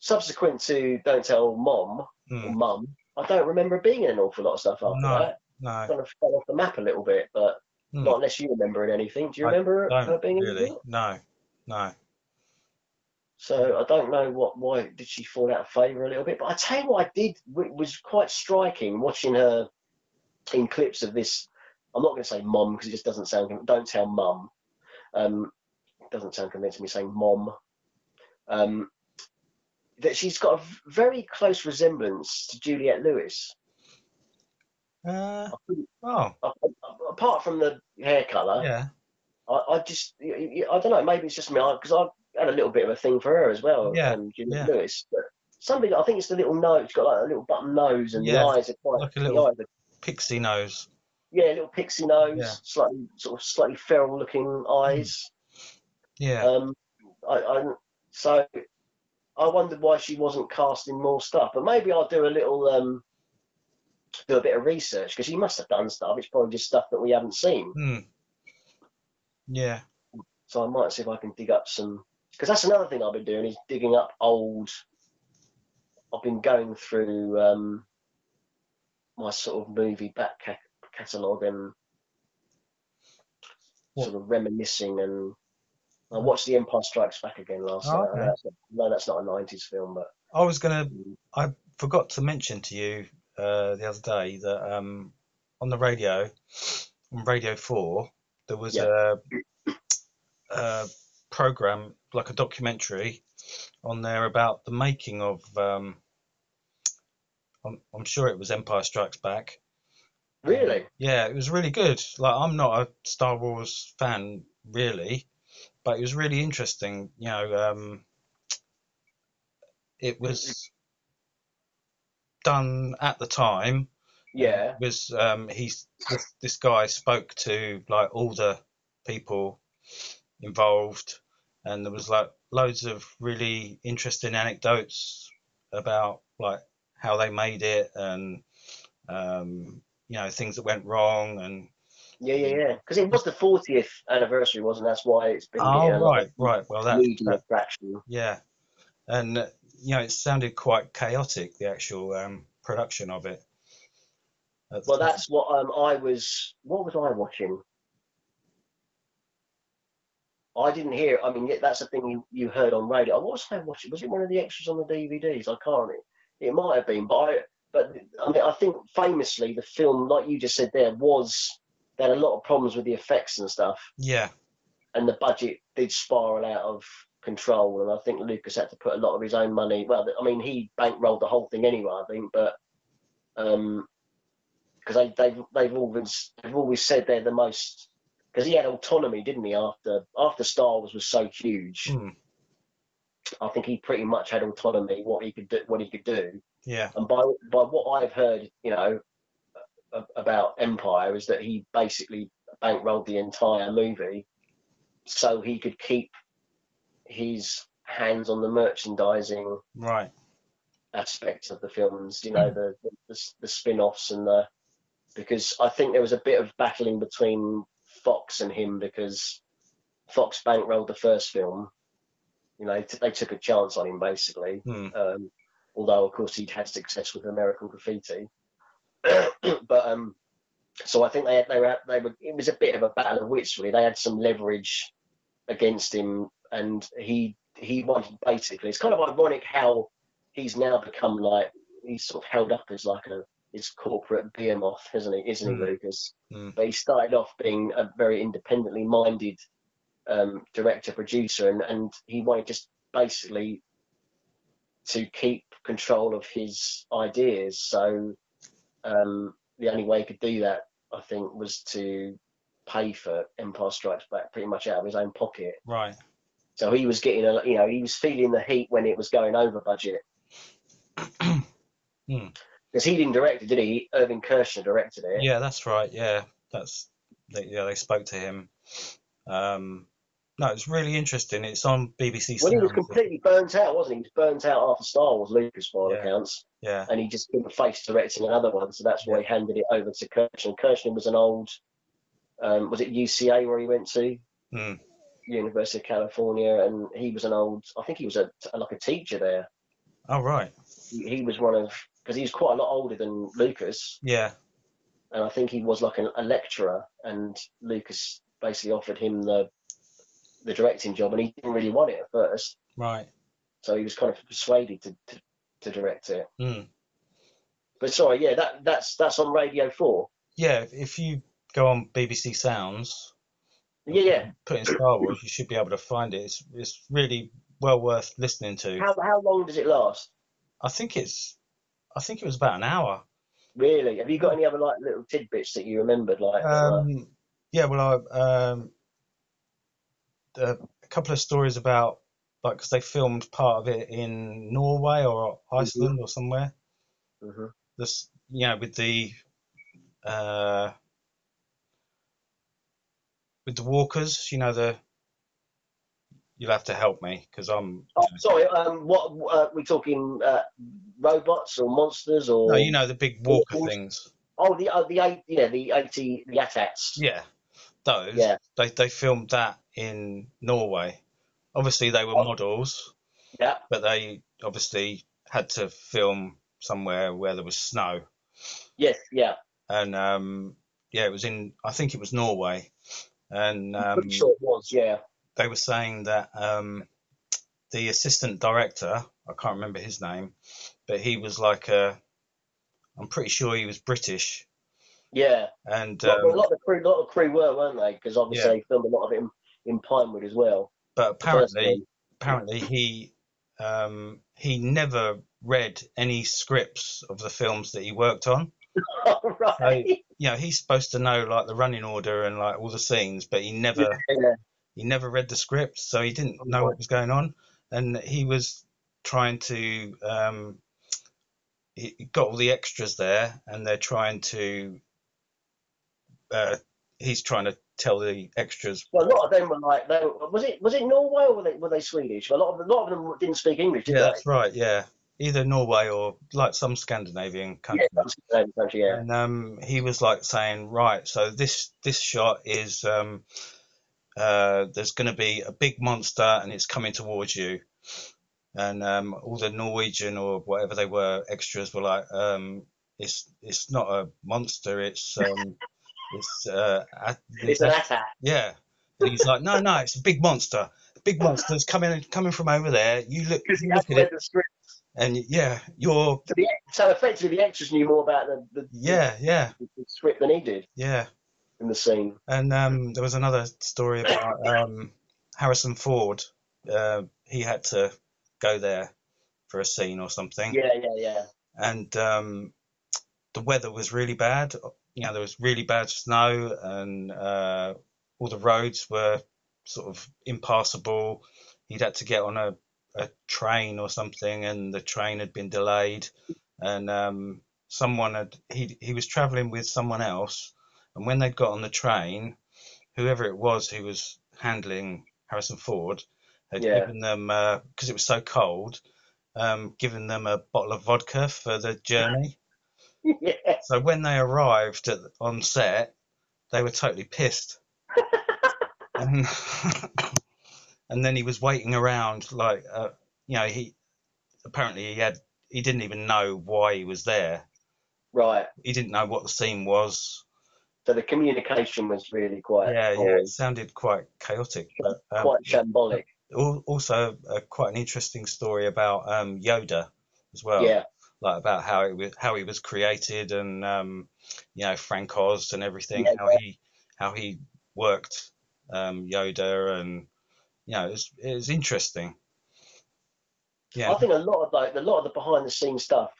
S1: subsequent to Don't Tell Mom or
S2: Hmm.
S1: Mum. I don't remember being in an awful lot of stuff after
S2: No.
S1: that.
S2: no,
S1: Kind of fell off the map a little bit, but.
S2: Hmm.
S1: Not unless you remember it anything. Do you
S2: I
S1: remember her
S2: don't
S1: being in the
S2: really.
S1: film?
S2: No, no.
S1: So I don't know what why did she fall out of favour a little bit. But I tell you what I did w- was quite striking watching her in clips of this. I'm not going to say mom because it just doesn't sound. con- Don't tell mum. Um, it doesn't sound convincing me saying mom. Um, that she's got a v- very close resemblance to Juliette Lewis.
S2: Uh,
S1: I couldn't-
S2: oh,
S1: a- a- Apart from the hair colour,
S2: yeah,
S1: I, I just, y- y- I don't know. Maybe it's just me because I had a little bit of a thing for her as well.
S2: Yeah,
S1: um, Julie
S2: yeah.
S1: Lewis. But something I think it's the little nose. She's got like a little button nose, and
S2: Yeah,
S1: the eyes are quite.
S2: like a
S1: the
S2: little-
S1: eyes are-
S2: pixie nose.
S1: yeah, little pixie nose,
S2: Yeah.
S1: slightly sort of slightly feral looking eyes.
S2: Mm, Yeah.
S1: Um, I, I so I wondered why she wasn't casting more stuff, but maybe I'll do a little um, do a bit of research because she must have done stuff. It's probably just stuff that we haven't seen.
S2: Hmm. Yeah.
S1: So I might see if I can dig up some. Because that's another thing I've been doing is digging up old. I've been going through um, my sort of movie back ca- catalogue and
S2: What?
S1: sort of reminiscing and. I watched The Empire Strikes Back again last
S2: Mm. Oh,
S1: night. I
S2: okay.
S1: know that's, no, that's not a '90s film, but
S2: I was gonna. I forgot to mention to you uh, the other day that um, on the radio, on Radio Four, there was a, a program like a documentary on there about the making of. Um, I'm, I'm sure it was Empire Strikes Back.
S1: really,
S2: Yeah, it was really good. Like, I'm not a Star Wars fan really, but it was really interesting. You know, um, it was done at the time. and
S1: yeah,
S2: It was um, he's this, this guy spoke to like all the people involved, and there was like loads of really interesting anecdotes about like how they made it and um, you know things that went wrong and.
S1: yeah, yeah, yeah. Because it was the 40th anniversary, wasn't? it? That's why it's been
S2: Oh,
S1: yeah, like,
S2: right, right. Well, that,
S1: media
S2: that-
S1: fraction.
S2: yeah. And, uh, you know, it sounded quite chaotic, the actual um, production of it. At the
S1: Well,
S2: time.
S1: that's what um, I was. What was I watching? I didn't hear. I mean, yeah, that's the thing you, you heard on radio. What was I watching? Was it one of the extras on the DVDs? I can't. It, it might have been, but I. But I mean, I think famously the film, like you just said, there was they had a lot of problems with the effects and stuff,
S2: Yeah,
S1: and the budget did spiral out of control. And I think Lucas had to put a lot of his own money. Well, I mean, he bankrolled the whole thing anyway, I think, but um, because they, they've they've always they've always said they're the most because he had autonomy, didn't he? After after Star Wars was so huge,
S2: Hmm.
S1: I think he pretty much had autonomy what he could do, what he could do.
S2: yeah,
S1: And by by what I've heard, you know, a- about Empire is that he basically bankrolled the entire movie, so he could keep his hands on the merchandising
S2: right.
S1: aspects of the films, you know, the the, the spin-offs and the because I think there was a bit of battling between Fox and him because Fox bankrolled the first film. You know, t- they took a chance on him basically.
S2: Hmm.
S1: Um, although of course he'd had success with American Graffiti, *clears throat* but um, so I think they had, they were they were it was a bit of a battle of wits really. They had some leverage against him, and he he wanted basically. It's kind of ironic how he's now become like he's sort of held up as like a his corporate behemoth, isn't he? Isn't
S2: Mm.
S1: he, Lucas?
S2: Mm.
S1: But he started off being a very independently minded um, director producer, and and he wanted just basically to keep control of his ideas. So um, the only way he could do that, I think, was to pay for Empire Strikes Back pretty much out of his own pocket.
S2: Right.
S1: So he was getting a, you know, he was feeling the heat when it was going over budget.
S2: Hmm.
S1: Because he didn't direct it, did he? Irving Kershner directed it.
S2: Yeah, that's right. Yeah, that's they, yeah. They spoke to him. Um, no, it's really interesting. It's on BBC
S1: Well, he was
S2: Sounds.
S1: completely burnt out, wasn't he? He was burnt out after Star Wars, Lucas, by all
S2: Yeah.
S1: accounts,
S2: Yeah,
S1: and he just couldn't face directing another one, so that's why he handed it over to Kirshner. Kirshner was an old, um, was it UCA where he went to?
S2: Hmm.
S1: University of California, and he was an old, I think he was a like a teacher there.
S2: Oh, right.
S1: He, he was one of, because he was quite a lot older than Lucas,
S2: Yeah,
S1: and I think he was like an, a lecturer, and Lucas basically offered him the the directing job, and he didn't really want it at first,
S2: right.
S1: so he was kind of persuaded to, to, to direct it.
S2: Hmm.
S1: But sorry, yeah, that that's that's on Radio Four.
S2: Yeah, if- if you go on BBC Sounds,
S1: Yeah, yeah.
S2: put in Star Wars, you should be able to find it. It's it's really well worth listening to.
S1: How how long does it last?
S2: I think it's, I think it was about an hour.
S1: Really? Have you got any other like little tidbits that you remembered? Like, uh,
S2: Um, yeah, well, I, um, a couple of stories about like 'cause they filmed part of it in Norway or Iceland
S1: Mm-hmm.
S2: or somewhere.
S1: mhm.
S2: This, you know, with the uh, with the walkers. You know the. You'll have to help me because I'm.
S1: Oh, sorry. Um, what uh, we talking? Uh, robots or monsters or?
S2: No, you know the big walker things.
S1: Oh, the uh, the eight, yeah, the eighty, the ATATs.
S2: Yeah, those.
S1: Yeah.
S2: They they filmed that in Norway. Obviously, they were
S1: Oh.
S2: models,
S1: Yeah.
S2: but they obviously had to film somewhere where there was snow.
S1: Yes. Yeah.
S2: and um, yeah, it was in I think it was Norway, and
S1: I'm
S2: um,
S1: pretty sure it was. Yeah.
S2: they were saying that um, the assistant director I can't remember his name, but he was like a I'm pretty sure he was British,
S1: Yeah.
S2: and
S1: Well, a
S2: um,
S1: lot of the crew, lot of crew were, weren't they? Because obviously
S2: Yeah.
S1: they filmed a lot of it in, in Pinewood as well.
S2: but
S1: the first
S2: apparently
S1: one.
S2: apparently he um, he never read any scripts of the films that he worked on.
S1: Oh, *laughs* right.
S2: You know, he's supposed to know like the running order and like all the scenes, but he never.
S1: Yeah.
S2: he never read the script, so he didn't know
S1: Right.
S2: what was going on, and he was trying to. Um, he he got all the extras there, and they're trying to. Uh, he's trying to tell the extras.
S1: Well, a lot of them were like, they were, was it was it Norway or were they, were they Swedish? A lot of a lot of them didn't speak English, did
S2: yeah,
S1: they?
S2: that's right. Yeah, either Norway or like some Scandinavian
S1: Yeah,
S2: country.
S1: that's the same country, yeah.
S2: And um, he was like saying, right, so this this shot is um, uh, there's going to be a big monster and it's coming towards you. And um, all the Norwegian or whatever they were extras were like, um, it's it's not a monster, it's
S1: *laughs*
S2: um, it's uh, a-
S1: It's an attack.
S2: yeah. And he's like, no, no, it's a big monster. Big monster's coming coming from over there. You look,
S1: Because he
S2: you
S1: had
S2: look
S1: to
S2: at it,
S1: read the script.
S2: and yeah, you're
S1: So, the, so effectively, the extras knew more about the, the,
S2: yeah, yeah,
S1: the, the script than he did
S2: yeah.
S1: in the scene.
S2: And um, there was another story about um, Harrison Ford. Uh, he had to go there for a scene or something,
S1: Yeah, yeah, yeah.
S2: and um, the weather was really bad. You know, there was really bad snow, and uh, all the roads were sort of impassable. He'd had to get on a, a train or something, and the train had been delayed, and um, someone had he he was traveling with someone else, and when they'd got on the train whoever it was who was handling Harrison Ford had
S1: Yeah.
S2: given them because it was so cold, um, given them a bottle of vodka for the journey.
S1: yeah. *laughs*
S2: So when they arrived at, on set, they were totally
S1: *laughs*
S2: pissed. and, *laughs* and then he was waiting around like uh, you know he apparently he had he didn't even know why he was there.
S1: Right.
S2: He didn't know what the scene was.
S1: So the communication was really quite
S2: Yeah, yeah,
S1: poor,
S2: it sounded quite chaotic, but um,
S1: quite shambolic.
S2: al- also uh, quite an interesting story about um, Yoda as well,
S1: yeah.
S2: like about how it was, how he was created and um, you know Frank Oz and everything,
S1: Yeah,
S2: how he how he worked um, Yoda and you know it was, it was interesting. Yeah,
S1: I think a lot of like, a lot of the behind the scenes stuff.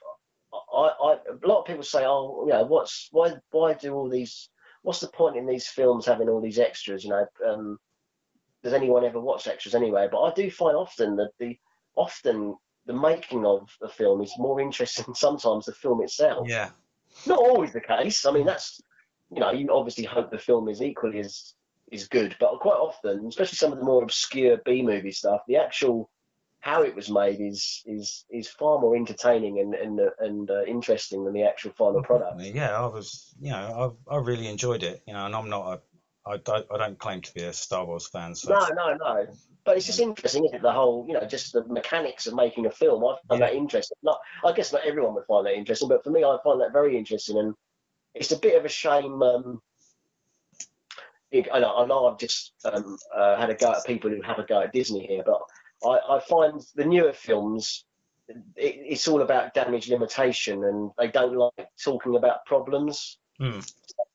S1: I, I a lot of people say, oh, you know, what's why why do all these? What's the point in these films having all these extras? You know, um, does anyone ever watch extras anyway? But I do find often that the often the making of a film is more interesting *laughs* than sometimes the film itself.
S2: yeah,
S1: Not always the case. I mean, that's you know, you obviously hope the film is equally as is good, but quite often, especially some of the more obscure B movie stuff, the actual how it was made is is is far more entertaining and and uh, and uh, interesting than the actual final product.
S2: definitely. yeah. I was you know I I really enjoyed it, you know, and I'm not a I don't I don't claim to be a Star Wars fan, so
S1: No, no, no. But it's just interesting, isn't it? The whole, you know, just the mechanics of making a film. I find
S2: Yeah.
S1: that interesting. Not, I guess not everyone would find that interesting, but for me, I find that very interesting. And it's a bit of a shame. Um, it, I, know, I know I've just um, uh, had a go at people who have a go at Disney here, but I, I find the newer films, it, it's all about damage limitation, and they don't like talking about problems
S2: hmm,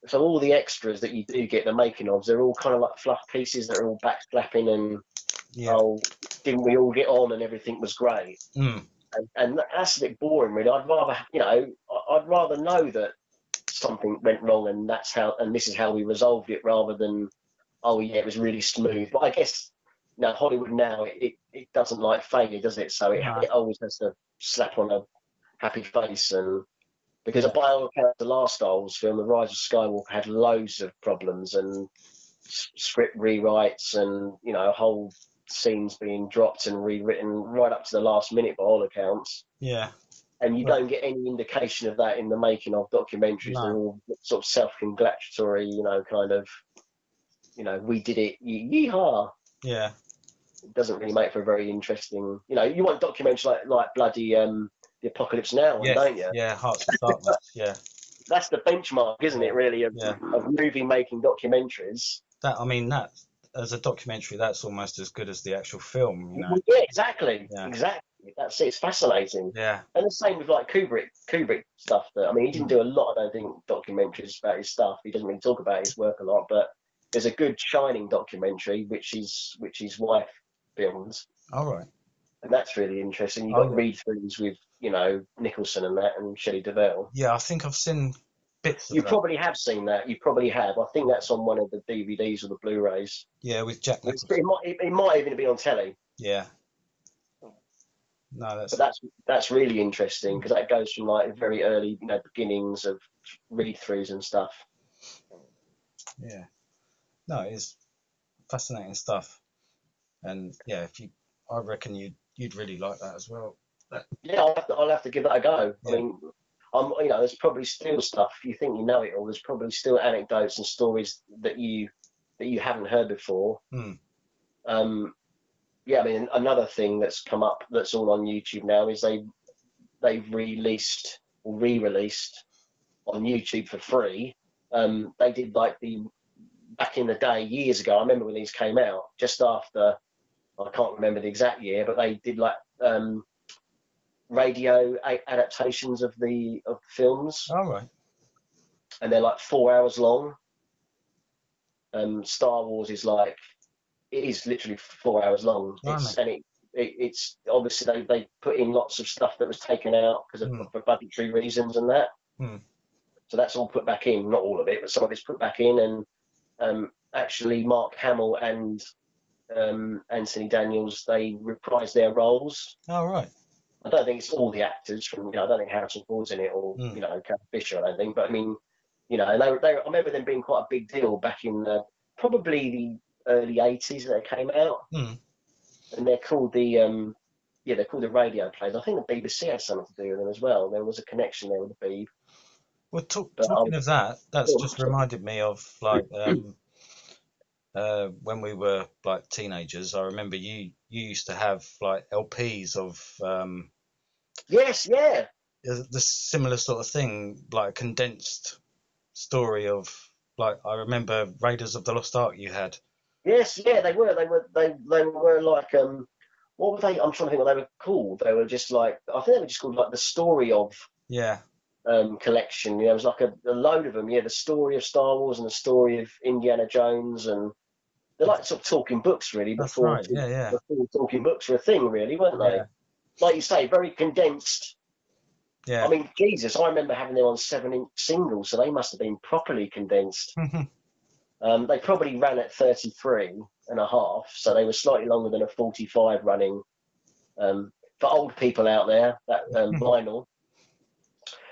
S1: so all the extras that you do get the making ofs, they're all kind of like fluff pieces that are all backslapping and
S2: yeah,
S1: oh, didn't we all get on and everything was great?
S2: hmm,
S1: And, and that's a bit boring, really. I'd rather, you know, I- I'd rather know that something went wrong and that's how and this is how we resolved it, rather than oh yeah, it was really smooth. But I guess now Hollywood now it, it, it doesn't like failure, does it? So it,
S2: No.
S1: it always has to slap on a happy face and because by all accounts the last Star Wars film, The Rise of Skywalker had loads of problems and s- script rewrites and you know whole scenes being dropped and rewritten right up to the last minute by all accounts.
S2: Yeah.
S1: And you
S2: Right.
S1: don't get any indication of that in the making of documentaries.
S2: No.
S1: They're all sort of self-congratulatory, you know, kind of, you know, we did it, ye- yeehaw.
S2: Yeah.
S1: It doesn't really make for a very interesting, you know, you want documentaries like like bloody um, the Apocalypse Now, one,
S2: Yes,
S1: don't you?
S2: Yeah. Hearts of Darkness. *laughs* Yeah.
S1: That's the benchmark, isn't it? Really, of,
S2: Yeah.
S1: of movie making documentaries.
S2: That I mean that as a documentary, that's almost as good as the actual film. You know.
S1: Well, Yeah, exactly,
S2: Yeah.
S1: exactly. That's it. It's fascinating.
S2: Yeah.
S1: And the same with like Kubrick, Kubrick stuff. That I mean, he didn't do a lot. I don't think documentaries about his stuff. He doesn't really talk about his work a lot. But there's a good Shining documentary, which is which his wife films,
S2: All right.
S1: and that's really interesting. You
S2: Oh,
S1: have got
S2: yeah.
S1: read-throughs with you know Nicholson and that, and Shelley Duvall.
S2: Yeah. I think I've seen bits of
S1: You
S2: that.
S1: probably have seen that. You probably have. I think that's on one of the DVDs or the Blu-rays.
S2: yeah, with Jack
S1: It's-
S2: Nicholson.
S1: It might, it, it might even be on telly.
S2: Yeah. No, that's
S1: But that's that's really interesting because that goes from like very early, you know, beginnings of read-throughs and stuff.
S2: yeah. No, it's fascinating stuff. And yeah, if you, I reckon you you'd really like that as well.
S1: Yeah, I'll have to, I'll have to give that a go.
S2: Yeah.
S1: I mean, I'm, you know, there's probably still stuff you think you know it all. There's probably still anecdotes and stories that you that you haven't heard before.
S2: Hmm.
S1: Um, yeah, I mean, another thing that's come up that's all on YouTube now is they they've released or re-released on YouTube for free. Um, they did like the back in the day years ago. I remember when these came out, just after I can't remember the exact year, but they did like um, radio a- adaptations of the of the films,
S2: All right.
S1: and they're like four hours long. Um, Star Wars is like it is literally four hours long. It's, and it, it, it's obviously they, they put in lots of stuff that was taken out because of
S2: Hmm.
S1: for budgetary reasons and that.
S2: Hmm.
S1: So that's all put back in, not all of it, but some of it's put back in. And um, actually, Mark Hamill and um, Anthony Daniels they reprised their roles.
S2: All right.
S1: I don't think it's all the actors from, you know, I don't think Harrison Ford's in it or,
S2: Mm.
S1: you know, Carrie Fisher, I don't think. But I mean, you know, and they, were- they, were- I remember them being quite a big deal back in the, probably the early 80s that they came out.
S2: Mm.
S1: And they're called the, um, yeah, they're called the radio plays. I think the BBC has something to do with them as well. There was a connection there with the Beeb.
S2: Well, talk,
S1: But um, oh,
S2: talking of that, that's
S1: Go on.
S2: just reminded me of like um, uh, when we were like teenagers. I remember you you used to have like LPs of um,
S1: Yes, yeah.
S2: the the similar sort of thing, like a condensed story of like I remember Raiders of the Lost Ark you had.
S1: Yes, yeah, they were. They were. They they were like um, what were they? I'm trying to think what they were called. They were just like I think they were just called like the story of
S2: Yeah,
S1: um, collection. You know, it was like a, a load of them. Yeah, the story of Star Wars and the story of Indiana Jones, and they're like sort of talking books really.
S2: that's
S1: Before,
S2: right. Yeah, yeah,
S1: before talking books were a thing, really, weren't they?
S2: Yeah.
S1: Like you say, very condensed.
S2: yeah.
S1: I mean, Jesus, I remember having them on seven-inch singles, so they must have been properly condensed.
S2: Mm-hmm.
S1: Um, they probably ran at 33 and a half, so they were slightly longer than a 45 running. Um, for old people out there, that um,
S2: Mm-hmm.
S1: vinyl,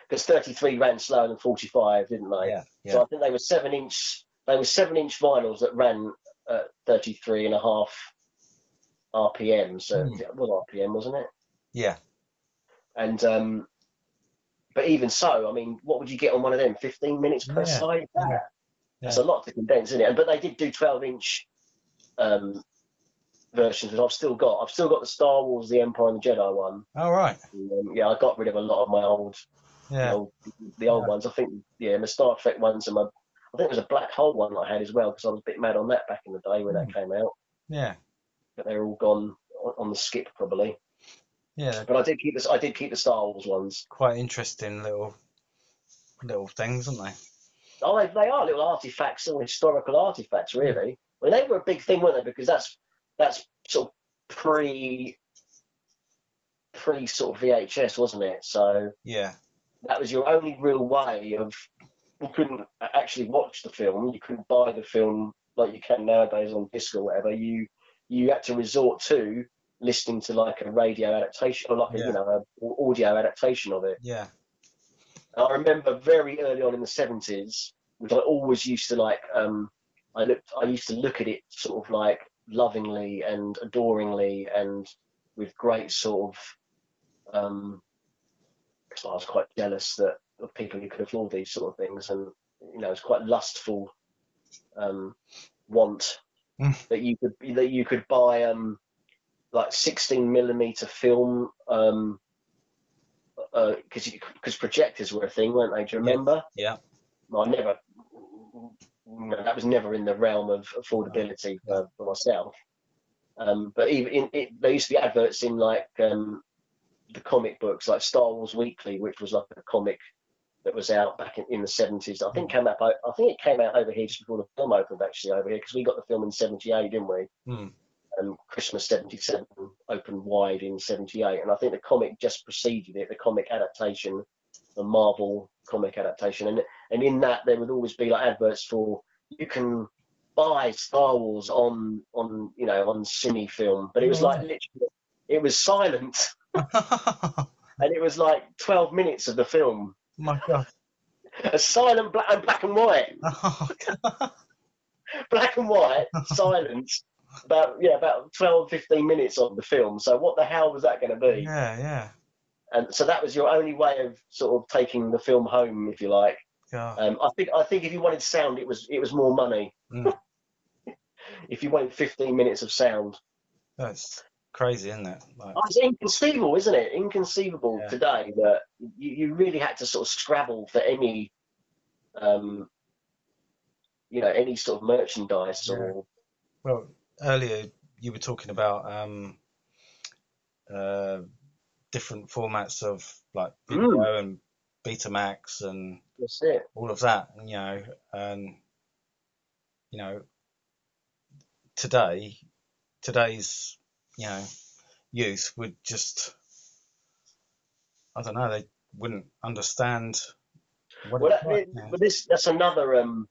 S1: because 33 ran slower than 45, didn't they?
S2: yeah, yeah.
S1: So I think they were seven inch. They were seven inch vinyls that ran at 33 and a half RPM. So
S2: Hmm.
S1: it was RPM, wasn't it?
S2: Yeah.
S1: And um, but even so, I mean, what would you get on one of them? 15 minutes per
S2: Yeah.
S1: side.
S2: Yeah.
S1: That's
S2: Yeah.
S1: a lot to condense, isn't it? And- But they did do 12 inch um, versions, which I've still got. I've still got the Star Wars, the Empire, and the Jedi one.
S2: All right.
S1: And, um, yeah, I got rid of a lot of my old the
S2: Yeah.
S1: old, the old
S2: Yeah.
S1: ones. I think yeah, my Star Trek ones and my I think it was a Black Hole one I had as well because I was a bit mad on that back in the day
S2: Hmm.
S1: when that came out.
S2: Yeah.
S1: But they're all gone on- on the skip probably.
S2: Yeah.
S1: But I did keep this. I did keep the Star Wars ones.
S2: Quite interesting little little things, aren't they?
S1: Oh, they, they are little artifacts, little historical artifacts, really. I mean, they were a big thing, weren't they? Because that's that's sort of pre pre sort of VHS, wasn't it? So
S2: Yeah.
S1: that was your only real way of you couldn't a- actually watch the film you couldn't buy the film like you can nowadays on disc or whatever you you had to resort to listening to like a radio adaptation or like a,
S2: Yeah.
S1: you know a a audio adaptation of it
S2: Yeah. *laughs*
S1: and i remember very early on in the 70s which i always used to like um I looked, I used to look at it sort of like lovingly and adoringly and with great sort of, um, I was quite jealous that of people who could afford these sort of things, and you know, it's quite lustful um, want
S2: Mm.
S1: that you could that you could buy um, like 16 millimeter film um, because because projectors were a thing, weren't they? Do you
S2: Yeah.
S1: remember?
S2: Yeah.
S1: Well, I never. No, that was never in the realm of affordability for, for myself. Um, but even in, it, there used to be adverts in like um, the comic books, like Star Wars Weekly, which was like a comic that was out back in, in the seventies. I think came out. I think it came out over here just before the film opened, actually over here, because we got the film in seventy eight, didn't we?
S2: Hmm.
S1: And Christmas seventy seven opened wide in seventy eight, and I think the comic just preceded it. The comic adaptation, the Marvel comic adaptation, and and in that there would always be like adverts for you can buy Star Wars on on you know on cine film, but it was like literally it was silent and it was like 12 minutes of the film
S2: My God. *laughs*
S1: a silent black and black and white black and
S2: *laughs*
S1: white silence about yeah about 12 15 minutes of the film so what the hell was that going to be
S2: yeah, yeah.
S1: and so that was your only way of sort of taking the film home if you like
S2: God.
S1: um, i think i think if you wanted sound it was it was more money
S2: Mm.
S1: *laughs* if you wanted 15 minutes of sound
S2: That's crazy, isn't it? Like,
S1: Oh, it's inconceivable, isn't it? Inconceivable
S2: Yeah.
S1: today that you, you really had to sort of scrabble for any, um, you know, any sort of merchandise or
S2: well, earlier you were talking about um, uh, different formats of like
S1: Hmm.
S2: video and Betamax and
S1: that's it.
S2: all of that, and, you know, and you know, today, today's you know youth would just, I don't know, they wouldn't understand what
S1: Well,
S2: it's
S1: that,
S2: like,
S1: it-
S2: you know.
S1: but this that's another um,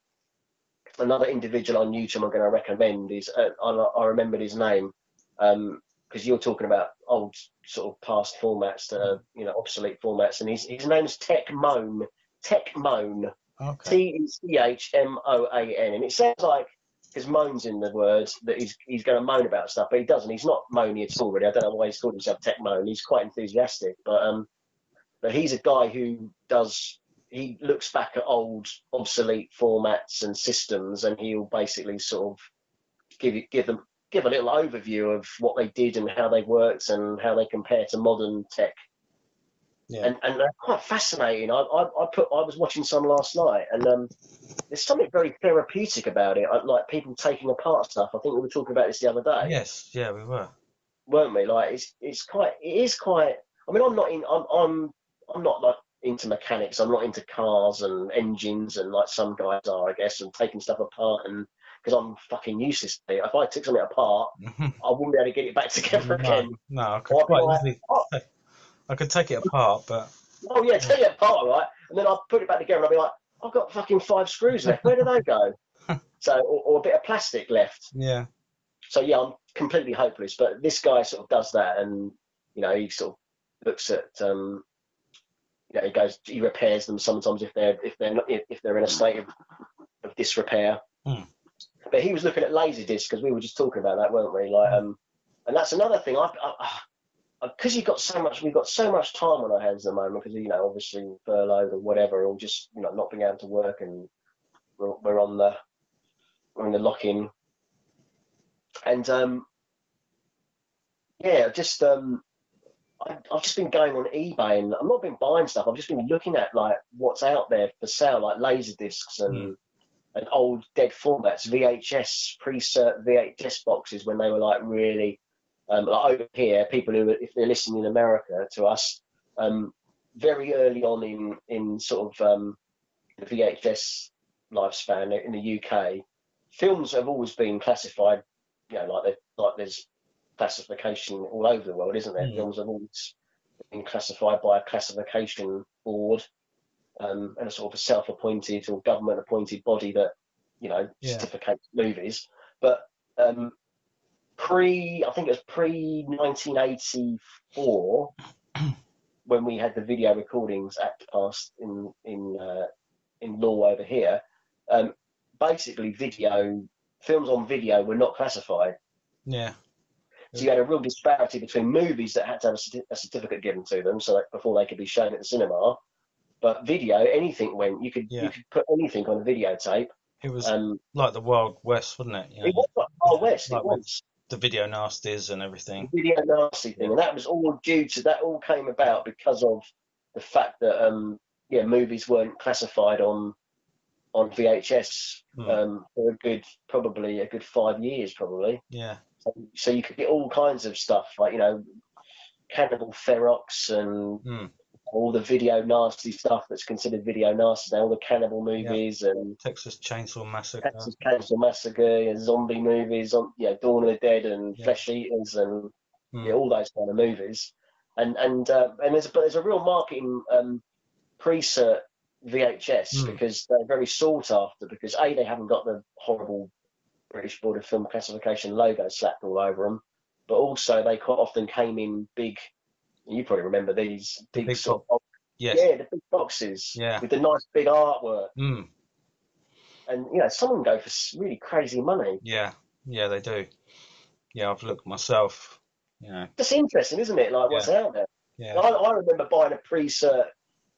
S1: another individual on YouTube I'm going to recommend is uh, I, I remembered his name because you're talking about old sort of past formats that are you know obsolete formats, and his his name's Tech Moan. Tech Moan.
S2: Okay.
S1: T E H M O A N, and it sounds like because moan's in the words that he's he's going to moan about stuff, but he doesn't. He's not moany at all, really. I don't know why he's called himself Tech Moan. He's quite enthusiastic, but um, but he's a guy who does he looks back at old obsolete formats and systems, and he'll basically sort of give you- give them give a little overview of what they did and how they worked and how they compare to modern tech
S2: Yeah.
S1: and and they're quite fascinating. I, I I put I was watching some last night, and um, there's something very therapeutic about it. I, like people taking apart stuff. I think we were talking about this the other day,
S2: Yes, yeah, we were.
S1: weren't we? Like it's it's quite it is quite. I mean, I'm not in. I'm I'm I'm not like into mechanics. I'm not into cars and engines and like some guys are, I guess, and taking stuff apart and. Because I'm fucking useless. at it. If I took something apart,
S2: Mm-hmm.
S1: I wouldn't be able to get it back *laughs* together
S2: No,
S1: again.
S2: no, I could
S1: Or I'd be
S2: quite
S1: like,
S2: easily,
S1: "Oh,
S2: I could take it apart, but
S1: Oh yeah, take it apart, right? And then I'll put it back together and I'll be like, I've got fucking five screws left. Where did they go? So, or, or a bit of plastic left.
S2: yeah,
S1: So yeah, I'm completely hopeless. But this guy sort of does that, and you know, he sort of looks at, um, you know, he goes, he repairs them sometimes if they're if they're not, if, if they're in a state of, of disrepair.
S2: Hmm.
S1: But he was looking at laser discs because we were just talking about that, weren't we? Like, um, and that's another thing. I, I, I because you've got so much, we've got so much time on our hands at the moment because you know, obviously furloughed or whatever, or just you know not being able to work, and we're, we're on the we're in the lock in, and um, yeah, just um, I, I've just been going on eBay and I'm not been buying stuff. I've just been looking at like what's out there for sale, like laser discs and. And old dead formats, VHS pre-cert VHS boxes when they were like really um, like over here, people who, are- if they're listening in America to us, um, very early on in, in sort of um, the VHS lifespan in the UK, films have always been classified, you know, like, they- like there's classification all over the world, isn't there?
S2: Mm.
S1: Films have always been classified by a classification board um, and a sort of a self appointed or government appointed body that, you know,
S2: Yeah.
S1: certificates movies. But um, pre I think it was pre 1984 when we had the Video Recordings Act passed in in uh, in law over here. Um, basically video films on video were not classified.
S2: Yeah.
S1: So you had a real disparity between movies that had to have a, certi- a certificate given to them, so that before they could be shown at the cinema. But video, anything went. You could
S2: Yeah.
S1: you could put anything on a videotape.
S2: It was
S1: Um,
S2: like the Wild West, wasn't it? You
S1: it
S2: know,
S1: was like Far West.
S2: Like
S1: It
S2: with-
S1: was
S2: the video nasties and everything.
S1: video nasty thing, and that was all due to that all came about because of the fact that um yeah movies weren't classified on on VHS
S2: Hmm,
S1: um, for a good probably a good five years probably.
S2: yeah.
S1: so you could get all kinds of stuff like you know cannibal ferox and
S2: Hmm.
S1: all the video nasty stuff that's considered video nasty now all the cannibal movies and
S2: Texas Chainsaw Massacre.
S1: Texas Chainsaw Massacre and zombie movies on you know Dawn of the Dead and
S2: Yeah.
S1: Flesh Eaters and
S2: Hmm.
S1: yeah, all those kind of movies and and uh, and there's but there's a real marketing um, pre-cert VHS
S2: Hmm.
S1: because they're very sought after because a they haven't got the horrible British Board of Film Classification logo slapped all over them, but also they quite often came in big. You probably remember these big,
S2: big
S1: sort of
S2: Yes.
S1: yeah the big boxes
S2: Yeah.
S1: with the nice big artwork
S2: Mm,
S1: and you know some of them go for s- really crazy money.
S2: yeah. Yeah, they do. Yeah, I've looked myself. You know.
S1: That's interesting, isn't it? Like what's out there.
S2: Yeah.
S1: I, I remember buying a pre-cert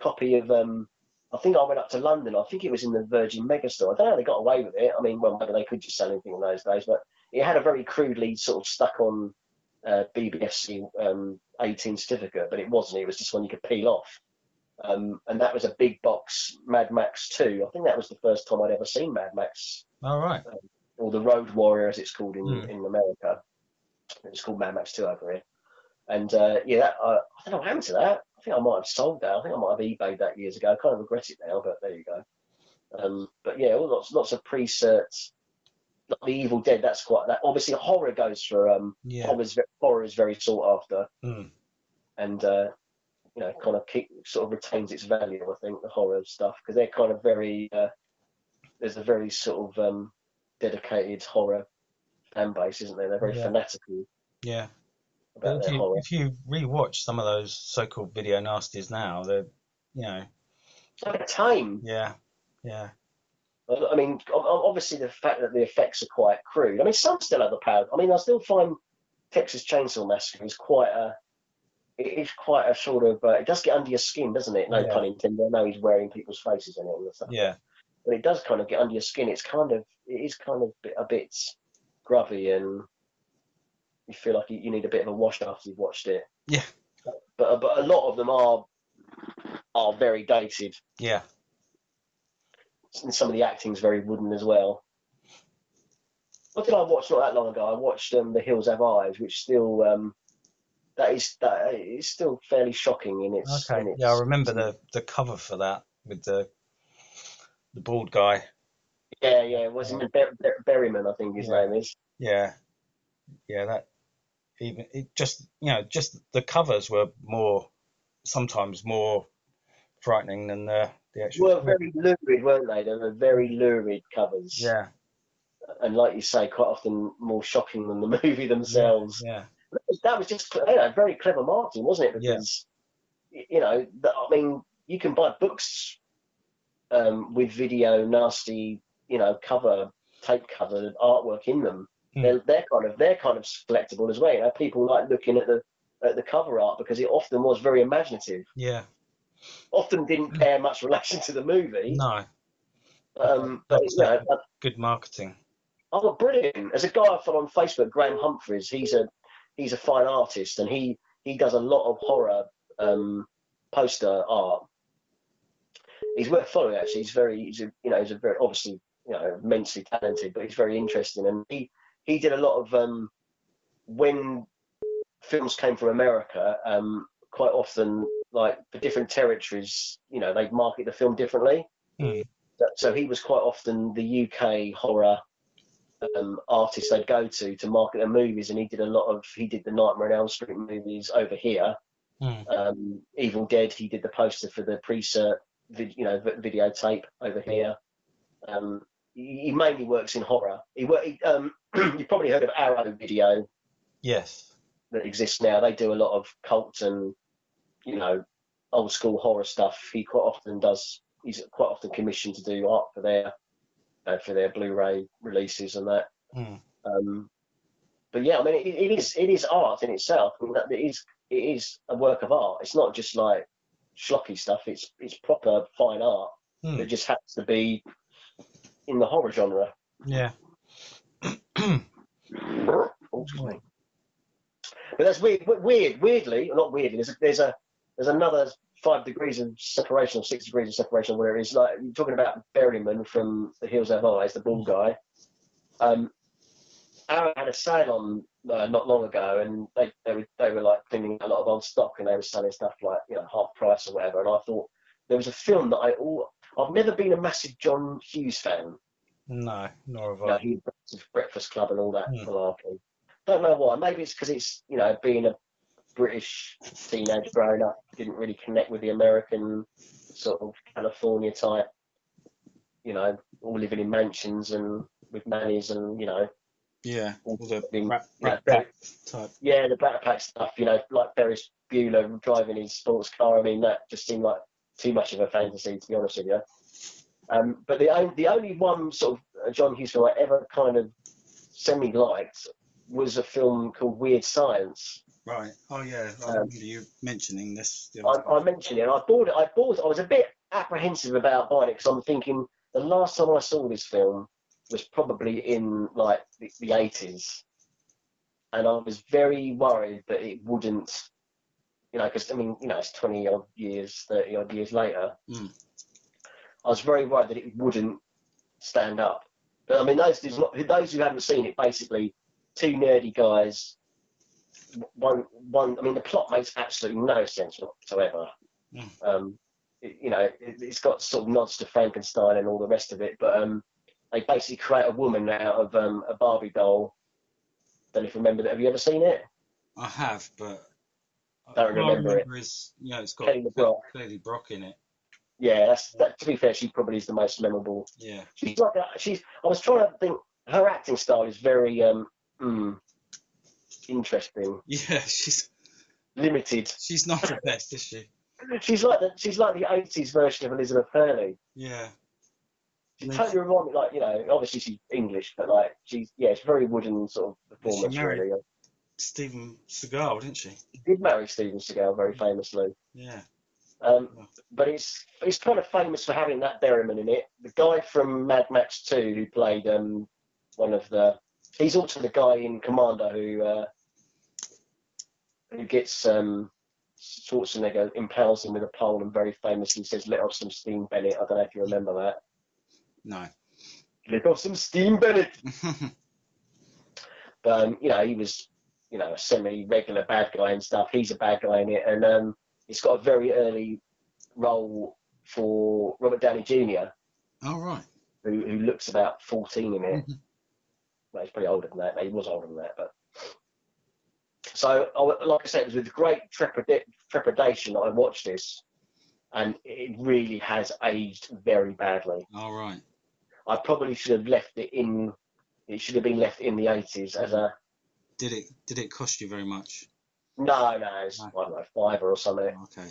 S1: copy of. Um, I think I went up to London. I think it was in the Virgin Megastore. I don't know how they got away with it. I mean, well, maybe they could just sell anything in those days, but it had a very crudely sort of stuck on uh, BBFC um, 18 certificate, but it wasn't. It was just one you could peel off. Um, and that was a big box Mad Max 2. I think that was the first time I'd ever seen Mad Max,
S2: All right.
S1: or the Road Warrior as it's called in,
S2: Hmm.
S1: in America. It's called Mad Max 2 over here. And uh, yeah, that, I, I don't know what happened to that. I think I might have sold that. I think I might have eBayed that years ago. I kind of regret it now, but there you go. Um, but yeah, all lots lots of pre-certs. Like the Evil Dead, that's quite that. Obviously, horror goes for um,
S2: Yeah.
S1: horror's ve- horror is very sought after,
S2: Mm.
S1: and uh, you know, kind of keep, sort of retains its value. I think the horror stuff because they're kind of very uh, there's a very sort of um, dedicated horror fan base, isn't there? They're very
S2: Yeah.
S1: fanatical
S2: Yeah.
S1: about
S2: But if
S1: their
S2: you,
S1: horror.
S2: if you rewatch some of those so-called video nasties now, they're, you know,
S1: It's like a time.
S2: yeah, yeah,
S1: I mean, o- o- obviously the fact that the effects are quite crude. I mean, some still have the power. I mean, I still find Texas Chainsaw Massacre is quite a. It is quite a sort of. Uh, it does get under your skin, doesn't it? No
S2: Yeah.
S1: pun intended. I know he's wearing people's faces in it and stuff,
S2: yeah,
S1: but it does kind of get under your skin. It's kind of. It is kind of bi- a bit grubby, and you feel like you, you need a bit of a wash after you've watched it.
S2: Yeah.
S1: But but a lot of them are are very dated,
S2: yeah.
S1: and some of the acting's very wooden as well. What did I watch not that long ago? I watched um, The Hills Have Eyes, which still um, that is that is still fairly shocking in its.
S2: Okay.
S1: in its
S2: Yeah, I remember the the cover for that with the the bald guy.
S1: yeah, yeah. It wasn't Ber- Ber- Berryman, I think his
S2: Yeah.
S1: name is.
S2: Yeah, yeah. That even it just you know just the covers were more sometimes more frightening than the the actual.
S1: Were very lurid, weren't they? They were very lurid covers,
S2: Yeah,
S1: and like you say, quite often more shocking than the *laughs* movie themselves.
S2: yeah,
S1: That was- that was just you know, very clever marketing, wasn't it?
S2: Yeah.
S1: Because y- you know, the, I mean, you can buy books um, with video nasty, you know, cover tape cover artwork in them.
S2: Hmm.
S1: They're, they're kind of they're kind of collectible as well. You know, people like looking at the at the cover art because it often was very imaginative.
S2: yeah.
S1: Often didn't bear much relation to the movie.
S2: Hmm. No,
S1: Um,
S2: That
S1: but,
S2: was
S1: you know,
S2: good marketing.
S1: Oh, brilliant! There's a guy I follow on Facebook, Graham Humphreys. He's a he's a fine artist, and he he does a lot of horror um, poster art. He's worth following actually. He's very he's a, you know he's a very obviously you know immensely talented, but he's very interesting. And he he did a lot of um, when films came from America. Um, quite often, like the different territories, you know, they market the film differently.
S2: Hmm.
S1: That- so he was quite often the UK horror um, artist they'd go to to market their movies, and he did a lot of he did the Nightmare on Elm Street movies over here.
S2: Hmm.
S1: Um, Evil Dead, he did the poster for the pre-cert, vid, you know, vi- videotape over here. Um, he, he mainly works in horror. He, wor- he um, *clears throat* you've probably heard of Arrow Video
S2: Yes.
S1: that exists now. They do a lot of cult and you know old school horror stuff. He quite often does. He's quite often commissioned to do art for their uh, for their Blu-ray releases and that.
S2: Mm.
S1: Um, but yeah, I mean, it, it is it is art in itself. I mean, that- it is it is a work of art. It's not just like schlocky stuff. It's it's proper fine art
S2: Hmm.
S1: that just happens to be in the horror genre.
S2: Yeah.
S1: Oh, excuse me. But that's weird. we- Weird. Weirdly, or not weirdly. There's a, there's a there's another five degrees of separation, or six degrees of separation, where it's like you're talking about Berryman from The Hills Have Eyes, the bald guy. Um, Aaron had a sale on uh, not long ago, and they they were, they were like cleaning a lot of old stock, and they were selling stuff like you know half price or whatever. And I thought there was a film that I all I've never been a massive John Hughes fan.
S2: No, nor have
S1: You know,
S2: I.
S1: he was Breakfast Club and all that
S2: uh, Hmm.
S1: malarkey. Don't know why. Maybe it's because it's you know being a British teenage grown up didn't really connect with the American sort of California type. You know, all living in mansions and with nannies and you know
S2: Yeah. All the
S1: being
S2: rat,
S1: yeah,
S2: rat
S1: very-
S2: pack type.
S1: yeah, the backpack stuff, you know, like Ferris Bueller driving his sports car. I mean, that just seemed like too much of a fantasy, to be honest with you. Um, but the only, the only one sort of uh, John Hughes film I ever kind of semi liked was a film called Weird Science.
S2: Right. Oh yeah. I
S1: Um,
S2: remember you mentioning this. The
S1: I,
S2: other
S1: I mentioned it. And I bought it. I bought. I was a bit apprehensive about buying it because I'm thinking the last time I saw this film was probably in like the, the 80s, and I was very worried that it wouldn't. You know, because I mean, you know, it's 20 odd years, 30 odd years later.
S2: Mm.
S1: I was very worried that it wouldn't stand up. But I mean, those there's not- those who haven't seen it, basically, two nerdy guys. One, one. I mean, the plot makes absolutely no sense whatsoever.
S2: Mm.
S1: Um, it- you know, it, it's got sort of nods to Frankenstein and all the rest of it, but um, they basically create a woman out of um, a Barbie doll. Don't know if you remember that. Have you ever seen it?
S2: I have, but
S1: Don't
S2: all I
S1: remember it.
S2: remember is you know it's got
S1: Kelly LeBrock.
S2: Kelly Brock in it.
S1: Yeah, that's that. To be fair, she probably is the most memorable
S2: Yeah. *laughs*
S1: she's like a, she's I was trying to think her acting style is very um mm, interesting
S2: Yeah. She's
S1: limited
S2: she's not the best, is she?
S1: she's like the she's like the 80s version of Elizabeth Hurley
S2: Yeah.
S1: she
S2: Nice.
S1: totally reminds me like you know obviously she's English but like she's yeah it's very wooden sort of
S2: Is she
S1: performance
S2: married?
S1: really
S2: Steven Seagal, didn't she?
S1: she did marry Steven Seagal very famously
S2: Yeah.
S1: Um, but it's it's kind of famous for having that Berryman in it. The guy from Mad Max 2 who played um, one of the he's also the guy in Commando who uh, who gets um, Schwarzenegger impales him with a pole and very famously says, "Let off some steam, Bennett." I don't know if you remember that.
S2: No. *laughs*
S1: Let off some steam, Bennett. but um, you know he was you know a semi-regular bad guy and stuff. He's a bad guy in it, and um, it's got a very early role for Robert Downey Jr.
S2: All right.
S1: who, who looks about 14 in it.
S2: Mhm.
S1: well, he's probably older than that. but He was older than that, but so I wa- like I said, it was with great trepida- trepidation that I watched this, and it really has aged very badly.
S2: All right.
S1: I probably should have left it in. It should have been left in the 80s as a
S2: Did it did it cost you very much?
S1: No, no, it's I don't know, fiver or something.
S2: Okay.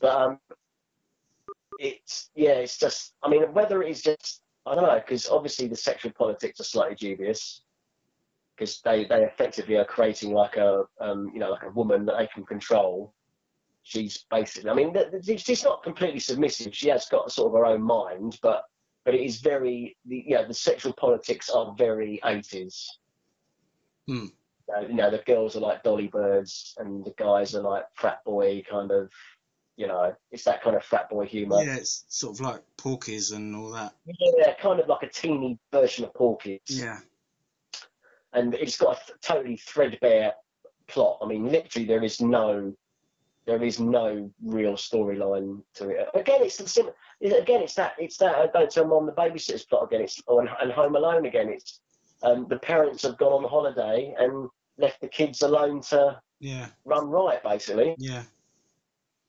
S1: But um, it's yeah, it's just. I mean, whether it's just I don't know, because obviously the sexual politics are slightly dubious, because they they effectively are creating like a um, you know like a woman that they can control. She's basically, I mean, th- th- she's not completely submissive. She has got sort of her own mind, but but it is very the yeah the sexual politics are very eighties uh, you know, the girls are like dolly birds and the guys are like frat boy kind of, you know, it's that kind of frat boy humour.
S2: Yeah, it's sort of like Porkies and all that.
S1: Yeah. kind of like a teeny version of Porky's.
S2: Yeah.
S1: And it's got a th- totally threadbare plot. I mean, literally, there is no, there is no real storyline to it. Again, it's the sim- Again, it's that, it's that. I don't tell mom the babysitter's plot again. It's oh, and, and Home Alone again. It's um, the parents have gone on holiday and left the kids alone to
S2: Yeah.
S1: run riot, basically.
S2: Yeah.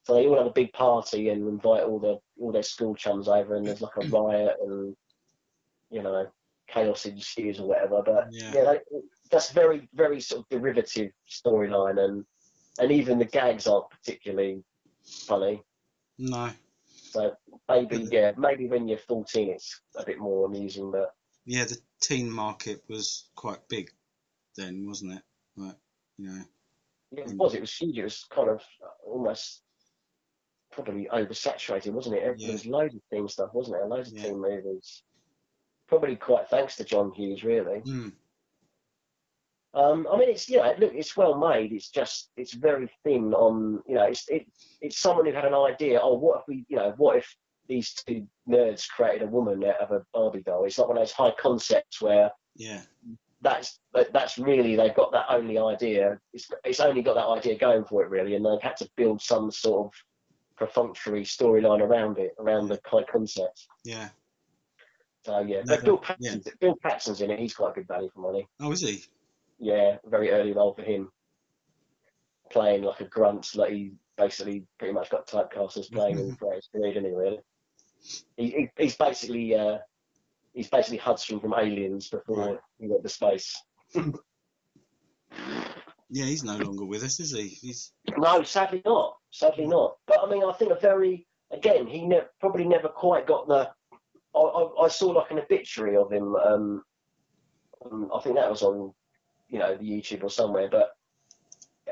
S1: So they all have a big party and invite all the all their school chums over, and there's like a riot and you know chaos ensues or whatever. But
S2: Yeah.
S1: yeah, that, that's very very sort of derivative storyline, and and even the gags aren't particularly funny.
S2: No.
S1: So maybe, yeah, maybe when you're 14, it's a bit more amusing. But
S2: Yeah, the teen market was quite big then, wasn't it? Like, you know,
S1: yeah, it was, it was huge. It was kind of almost probably oversaturated, wasn't it? There was loads of teen stuff, wasn't there? Loads of
S2: Yeah.
S1: teen movies. Probably quite thanks to John Hughes, really.
S2: mm,
S1: Um, I mean, it's you know, look, it's well made. It's just it's very thin on you know, it's it, it's someone who had an idea. Oh, what if we you know, what if these two nerds created a woman out of a Barbie doll? It's like one of those high concepts where
S2: yeah,
S1: that's that- that's really they've got that only idea. It's it's only got that idea going for it really, and they've had to build some sort of perfunctory storyline around it, around the high concept.
S2: yeah.
S1: So yeah,
S2: No,
S1: but Bill Paxton,
S2: yeah.
S1: Bill Paxton's in it. He's quite good value for money.
S2: Oh, is he?
S1: yeah, very early role for him, playing like a grunt. Like he basically pretty much got typecast as playing in British period, didn't he? Really, he, he, he's basically uh, he's basically Hudson from Aliens before
S2: Right.
S1: he went to space.
S2: Yeah, he's no longer with us, is he? He's
S1: No, sadly not. Sadly not. But I mean, I think a very again he ne- probably never quite got the. I, I, I saw like an obituary of him. Um, um, I think that was on, you know, the YouTube or somewhere. But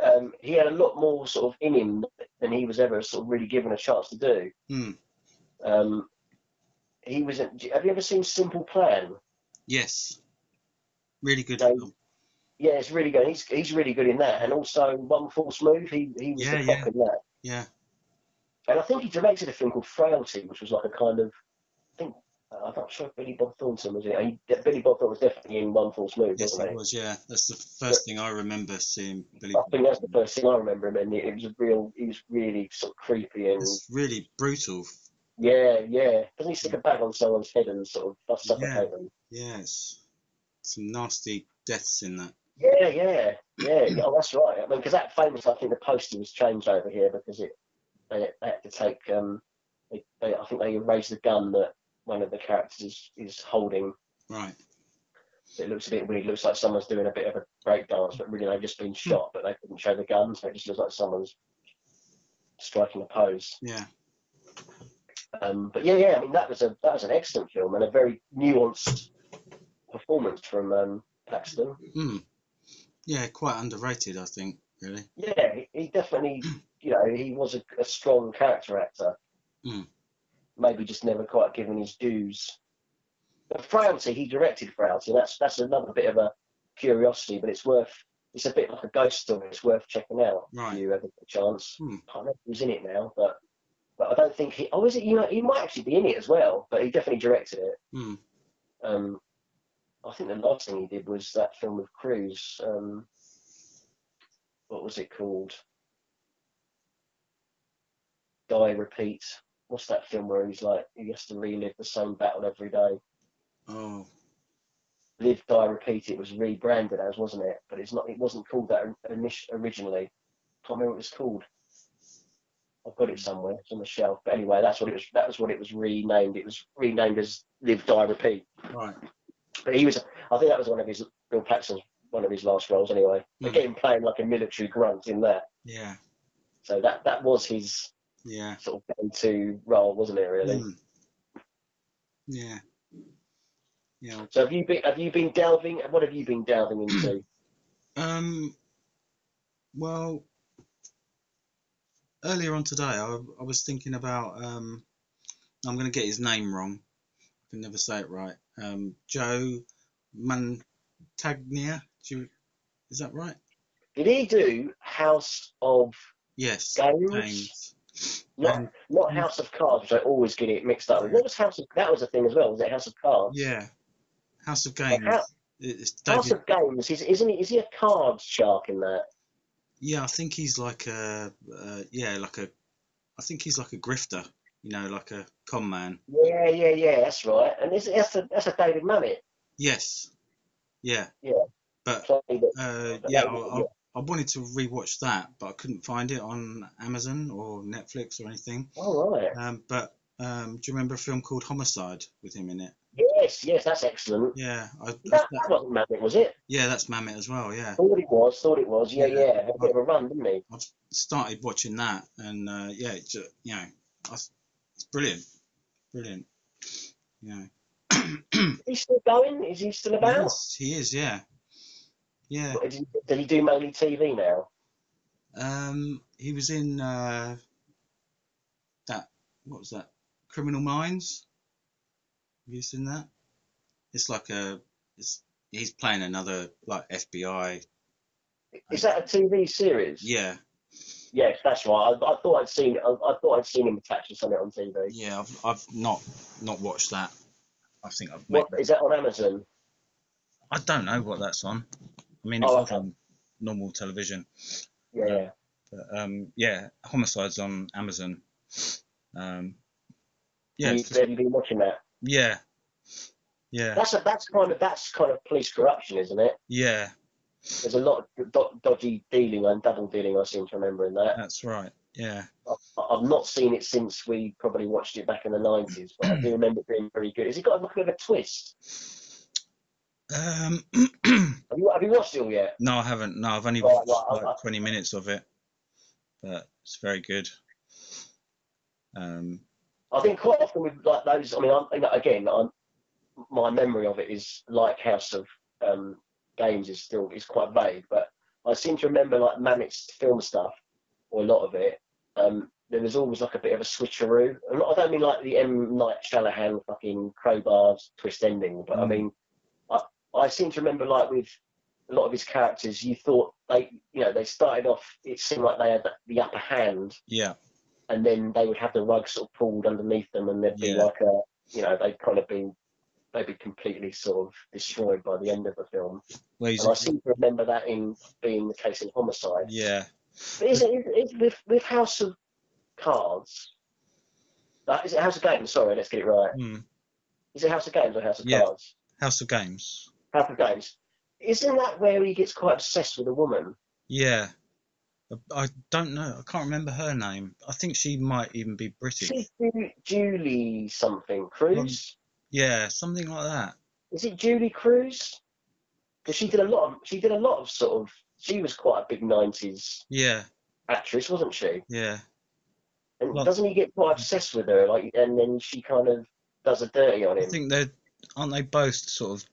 S1: um, he had a lot more sort of in him than he was ever sort of really given a chance to do.
S2: Hmm.
S1: Um, he was. A, have you ever seen Simple Plan?
S2: yes, really good.
S1: Dave-
S2: film.
S1: Yeah, it's really good. He's he's really good in that, and also One False Move. He he was
S2: Yeah,
S1: the
S2: yeah.
S1: cock in that.
S2: Yeah,
S1: And I think he directed a film called Frailty, which was like a kind of, I think, uh, I'm not sure if Billy Bob Thornton was in it. He, Billy Bob Thornton was definitely in One False Move,
S2: yes,
S1: wasn't
S2: it
S1: he?
S2: was. Yeah, that's the first thing I remember seeing. Billy.
S1: I think that's the first thing I remember him in. It was a real, he was really sort of creepy and,
S2: It's really brutal.
S1: yeah, yeah. Doesn't he stick a bag on someone's head and sort of suffocate them?
S2: Yes, some nasty deaths in that.
S1: Yeah, yeah, yeah. yeah, Oh, that's right. I mean, because that famous, I think the poster was changed over here because it they, they had to take. Um, they, they, I think they erased the gun that one of the characters is, is holding.
S2: Right.
S1: So it looks a bit weird. It looks like someone's doing a bit of a breakdance, but really they've just been shot, but they couldn't show the gun, so it just looks like someone's striking a pose.
S2: Yeah.
S1: Um, but yeah, yeah, I mean that was a that was an excellent film and a very nuanced performance from um, Paxton.
S2: Hmm. Yeah, quite underrated, I think. Really.
S1: Yeah, he, he
S2: *clears throat*
S1: definitely, you know, he was a, a strong character actor.
S2: Mm.
S1: Maybe just never quite given his dues. But Frailty, he directed Frailty. That's that's another bit of a curiosity, but it's worth. It's a bit like a ghost story. It's worth checking out
S2: Right.
S1: if you ever get a chance.
S2: Hmm.
S1: I can't remember who's in it now, but but I don't think he. Oh, is it? You know, he might actually be in it as well, but he definitely directed it.
S2: Hmm.
S1: Um, I think the last thing he did was that film with Cruise. Um, what was it called? Die Repeat. What's that film where he's like he has to relive the same battle every day?
S2: Oh.
S1: Live Die Repeat. It was rebranded as, wasn't it? But it's not. It wasn't called that init- originally. Can't remember what it was called. I've got it somewhere. It's on the shelf. But anyway, that's what it was. That was what it was renamed. It was renamed as Live Die Repeat.
S2: Right.
S1: But he was, I think that was one of his, Bill Paxton's, one of his last roles anyway.
S2: Hmm.
S1: Again, playing like a military grunt in that.
S2: Yeah.
S1: So that, that was his
S2: Yeah.
S1: sort of go-to role, wasn't it, really?
S2: Hmm. Yeah. Yeah.
S1: So have you been, have you been delving, what have you been delving
S2: *clears throat*
S1: into?
S2: Um. Well, earlier on today, I, I was thinking about um. I'm gonna get his name wrong. I can never say it right. Um, Joe Mantegna. Do you, is that right?
S1: Did he do House of
S2: Yes.
S1: Games?
S2: Games.
S1: Not,
S2: Um,
S1: not House of Cards, which I always get it mixed up with. What was House of, that was a thing as well, was it House of Cards?
S2: Yeah. House of
S1: Like,
S2: Games.
S1: House,
S2: It- It's
S1: House
S2: David
S1: of Games, he's, isn't he, is he a card shark in that?
S2: Yeah, I think he's like a uh, yeah, like a I think he's like a grifter, you know, like a con man.
S1: Yeah, yeah, yeah, that's right. And it's, that's, a, that's a David Mamet
S2: Yes. Yeah.
S1: Yeah.
S2: But
S1: play that
S2: uh
S1: But
S2: yeah,
S1: that
S2: I,
S1: was-
S2: I I wanted to rewatch that, but I couldn't find it on Amazon or Netflix or anything.
S1: All right.
S2: Um but um do you remember a film called Homicide with him in it?
S1: Yes, yes, that's excellent.
S2: Yeah, I,
S1: That,
S2: that-
S1: that wasn't Mamet, was it?
S2: yeah, that's Mamet as well, yeah.
S1: Thought it was, thought it was. Yeah,
S2: Yeah.
S1: yeah. Had a bit of a run, didn't he?
S2: I've started watching that and uh yeah, it ju- you know, I s- It's brilliant, brilliant. Yeah.
S1: He's still going? Is he still about?
S2: Yes, he is. Yeah, yeah.
S1: Or Did he, did he do mainly TV now?
S2: Um, he was in uh, that. What was that? Criminal Minds. Have you seen that? It's like a. It's he's playing another like FBI.
S1: Is that a TV series?
S2: Yeah,
S1: Yes, that's right. I, I thought I'd seen. I, I thought I'd seen him attached to something on TV.
S2: yeah. I've, I've not not watched that. I think I've.
S1: What
S2: made-
S1: is that on Amazon?
S2: I don't know what that's on. I mean, it's
S1: Oh,
S2: like
S1: okay.
S2: on normal television.
S1: Yeah,
S2: Yeah.
S1: yeah.
S2: But, um, yeah, homicides on Amazon. Um, yeah,
S1: you, have you been watching that?
S2: yeah, yeah,
S1: That's a, that's kind of that's kind of police corruption, isn't it?
S2: yeah.
S1: There's a lot of do- dodgy dealing and double dealing. I seem to remember in that.
S2: That's right. Yeah,
S1: I- I've not seen it since we probably watched it back in the nineties, but I
S2: *clears throat*
S1: do remember it being very good. Has it got a bit of a twist?
S2: um, *clears throat*
S1: Have you, have you watched it all yet?
S2: no, I haven't. No, I've only
S1: Right,
S2: watched
S1: right, I'll-
S2: like 20 minutes of it, but it's very good. Um,
S1: I think quite often with like those. I mean, I'm, you know, again, I'm, my memory of it is like House of um, Games is still is quite vague, but I seem to remember like Mamet's film stuff or a lot of it. Um, there was always like a bit of a switcheroo. And I don't mean like the M Night Shyamalan fucking crowbars twist ending, but I
S2: Mm.
S1: mean, I I seem to remember like with a lot of his characters, you thought they, you know, they started off. It seemed like they had the- the upper hand,
S2: yeah,
S1: and then they would have the rug sort of pulled underneath them, and there'd be
S2: Yeah.
S1: like a, you know, they'd kind of been, they'd be completely sort of destroyed by the end of the film.
S2: well, he's-
S1: And I seem to remember that in being the case in Homicide.
S2: yeah,
S1: But is it, is, is with, with House of Cards? Uh, is it House of Games? Sorry, let's get it right.
S2: Hmm.
S1: Is it House of Games or House of
S2: Yeah.
S1: Cards?
S2: House of Games.
S1: House of Games. Isn't that where he gets quite obsessed with a woman?
S2: Yeah, Uh, I I don't know. I can't remember her name. I think she might even be British.
S1: She's Ju- Julie something Cruz.
S2: Yeah, something like that.
S1: is it Julie Cruz? Because she did a lot of she did a lot of sort of she was quite a big nineties
S2: Yeah,
S1: actress, wasn't she?
S2: yeah,
S1: And
S2: Well-
S1: doesn't he get quite obsessed with her? Like, and then she kind of does a dirty on
S2: I
S1: him.
S2: think they're aren't they both sort of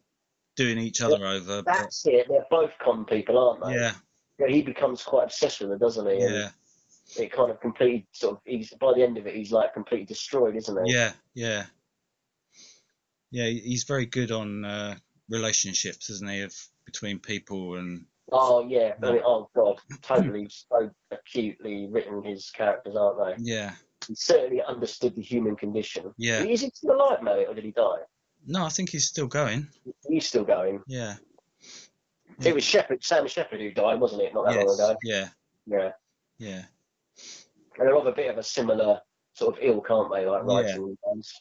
S2: doing each other over? But
S1: That's it. They're both con people, aren't they?
S2: yeah,
S1: Yeah, He becomes quite obsessed with her, doesn't he? And
S2: yeah,
S1: It kind of completely sort of. He's by the end of it, he's like completely destroyed, isn't he?
S2: yeah, yeah, yeah. He's very good on uh, relationships, isn't he, of between people and
S1: Oh yeah. I
S2: Yeah.
S1: mean, oh
S2: *clears throat*
S1: god, totally so acutely written his characters, aren't they?
S2: yeah,
S1: He certainly understood the human condition.
S2: yeah.
S1: Is he still alive, Mallet, or did he die?
S2: No, I think he's still going.
S1: He's still going.
S2: Yeah,
S1: It was Shepherd, Sam Shepherd who died, wasn't it? Not that long
S2: yes,
S1: ago.
S2: yeah,
S1: Yeah.
S2: yeah,
S1: And they're of a bit of a similar sort of ill, can't they? Like
S2: Yeah.
S1: writing ones.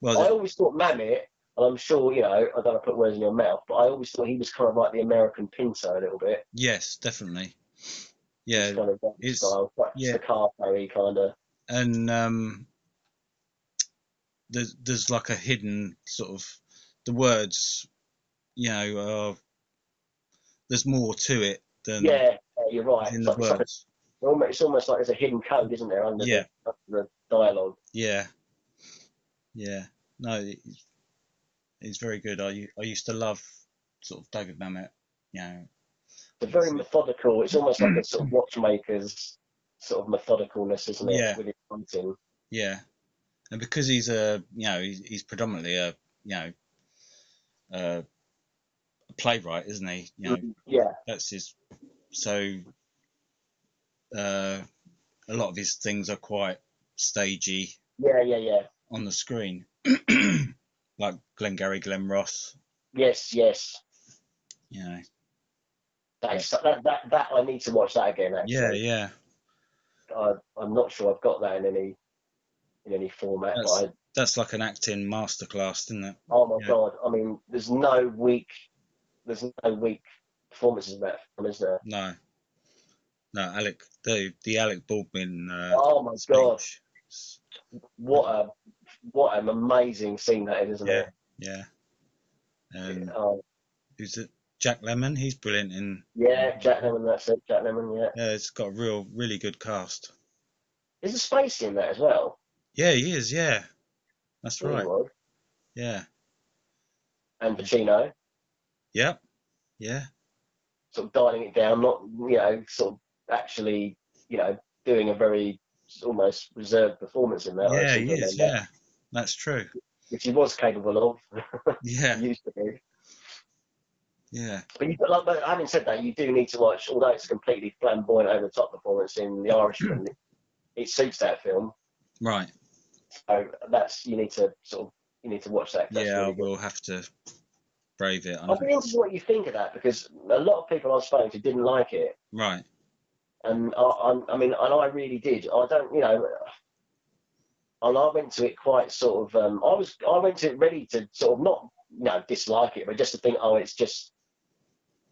S2: well,
S1: I
S2: the-
S1: always thought Mamet, and I'm sure, you know, I don't want to put words in your mouth, but I always thought he was kind of like the American Pinto a little bit.
S2: yes, definitely,
S1: He's
S2: yeah.
S1: kind of that
S2: it's-
S1: style, quite
S2: yeah.
S1: staccato kind of.
S2: and um, there's there's like a hidden sort of the words, you know, uh, there's more to it than
S1: yeah, yeah, you're right.
S2: in
S1: It's,
S2: the
S1: like, it's, like a-
S2: words.
S1: almost, it's almost like there's a hidden code, isn't there, under,
S2: Yeah.
S1: the, under the dialogue?
S2: Yeah, yeah. No, he's, he's very good. I u- I used to love sort of David Mamet. You know,
S1: They're very methodical. It's almost like a sort
S2: *clears throat*
S1: of watchmaker's sort of methodicalness, isn't it?
S2: Yeah.
S1: With his hunting.
S2: yeah. And because he's a you know he's, he's predominantly a you know uh, a playwright, isn't he? You know,
S1: Yeah.
S2: that's his so uh, a lot of his things are quite stagey
S1: Yeah, yeah, yeah.
S2: on the screen *clears throat* like glengarry glen ross
S1: Yes, yes.
S2: you know
S1: That, is, that, that, that I need to watch that again.
S2: yeah
S1: Actually,
S2: yeah
S1: I, I'm not sure I've got that in any in any format. But
S2: That's-
S1: I,
S2: that's like an acting masterclass isn't it
S1: oh my
S2: yeah.
S1: god! I mean, there's no weak, there's no weak performances in that film, is there?
S2: no no alec the the alec baldwin uh,
S1: Oh my god!
S2: speech. It's-
S1: What a what an amazing scene that is, isn't it?
S2: yeah and
S1: Oh,
S2: who's it jack lemon he's brilliant in
S1: yeah, Jack Lemmon. That's it, Jack Lemmon. Yeah.
S2: yeah it's got a real really good cast
S1: There's a space in that as well.
S3: Yeah, he is. Yeah, that's
S1: He
S3: right.
S1: was.
S3: Yeah,
S1: And Pacino,
S3: yep, yeah,
S1: sort of dialing it down, not you know, sort of actually, you know, doing a very almost reserved performance in that. I
S3: yeah,
S1: seem
S3: he
S1: to
S3: is.
S1: remember,
S3: Yeah, that's true.
S1: *laughs* Which he was capable of,
S3: Yeah,
S1: used to be.
S3: yeah,
S1: But, you, but, like, but having said that, you do need to watch, although it's a completely flamboyant, over the top performance in The Irishman, it suits that film.
S3: right.
S1: So that's you need to sort of you need to watch that. That's
S3: Yeah,
S1: really
S3: I
S1: good.
S3: will have to brave it. I
S1: I'll be
S3: haven't-
S1: interested in what you think of that because a lot of people I was spoken to didn't like it,
S3: Right.
S1: and I, I'm, I mean, and I really did. I don't, you know, and I went to it quite sort of. Um, I was, I went to it ready to sort of not, you know, dislike it, but just to think, oh, it's just,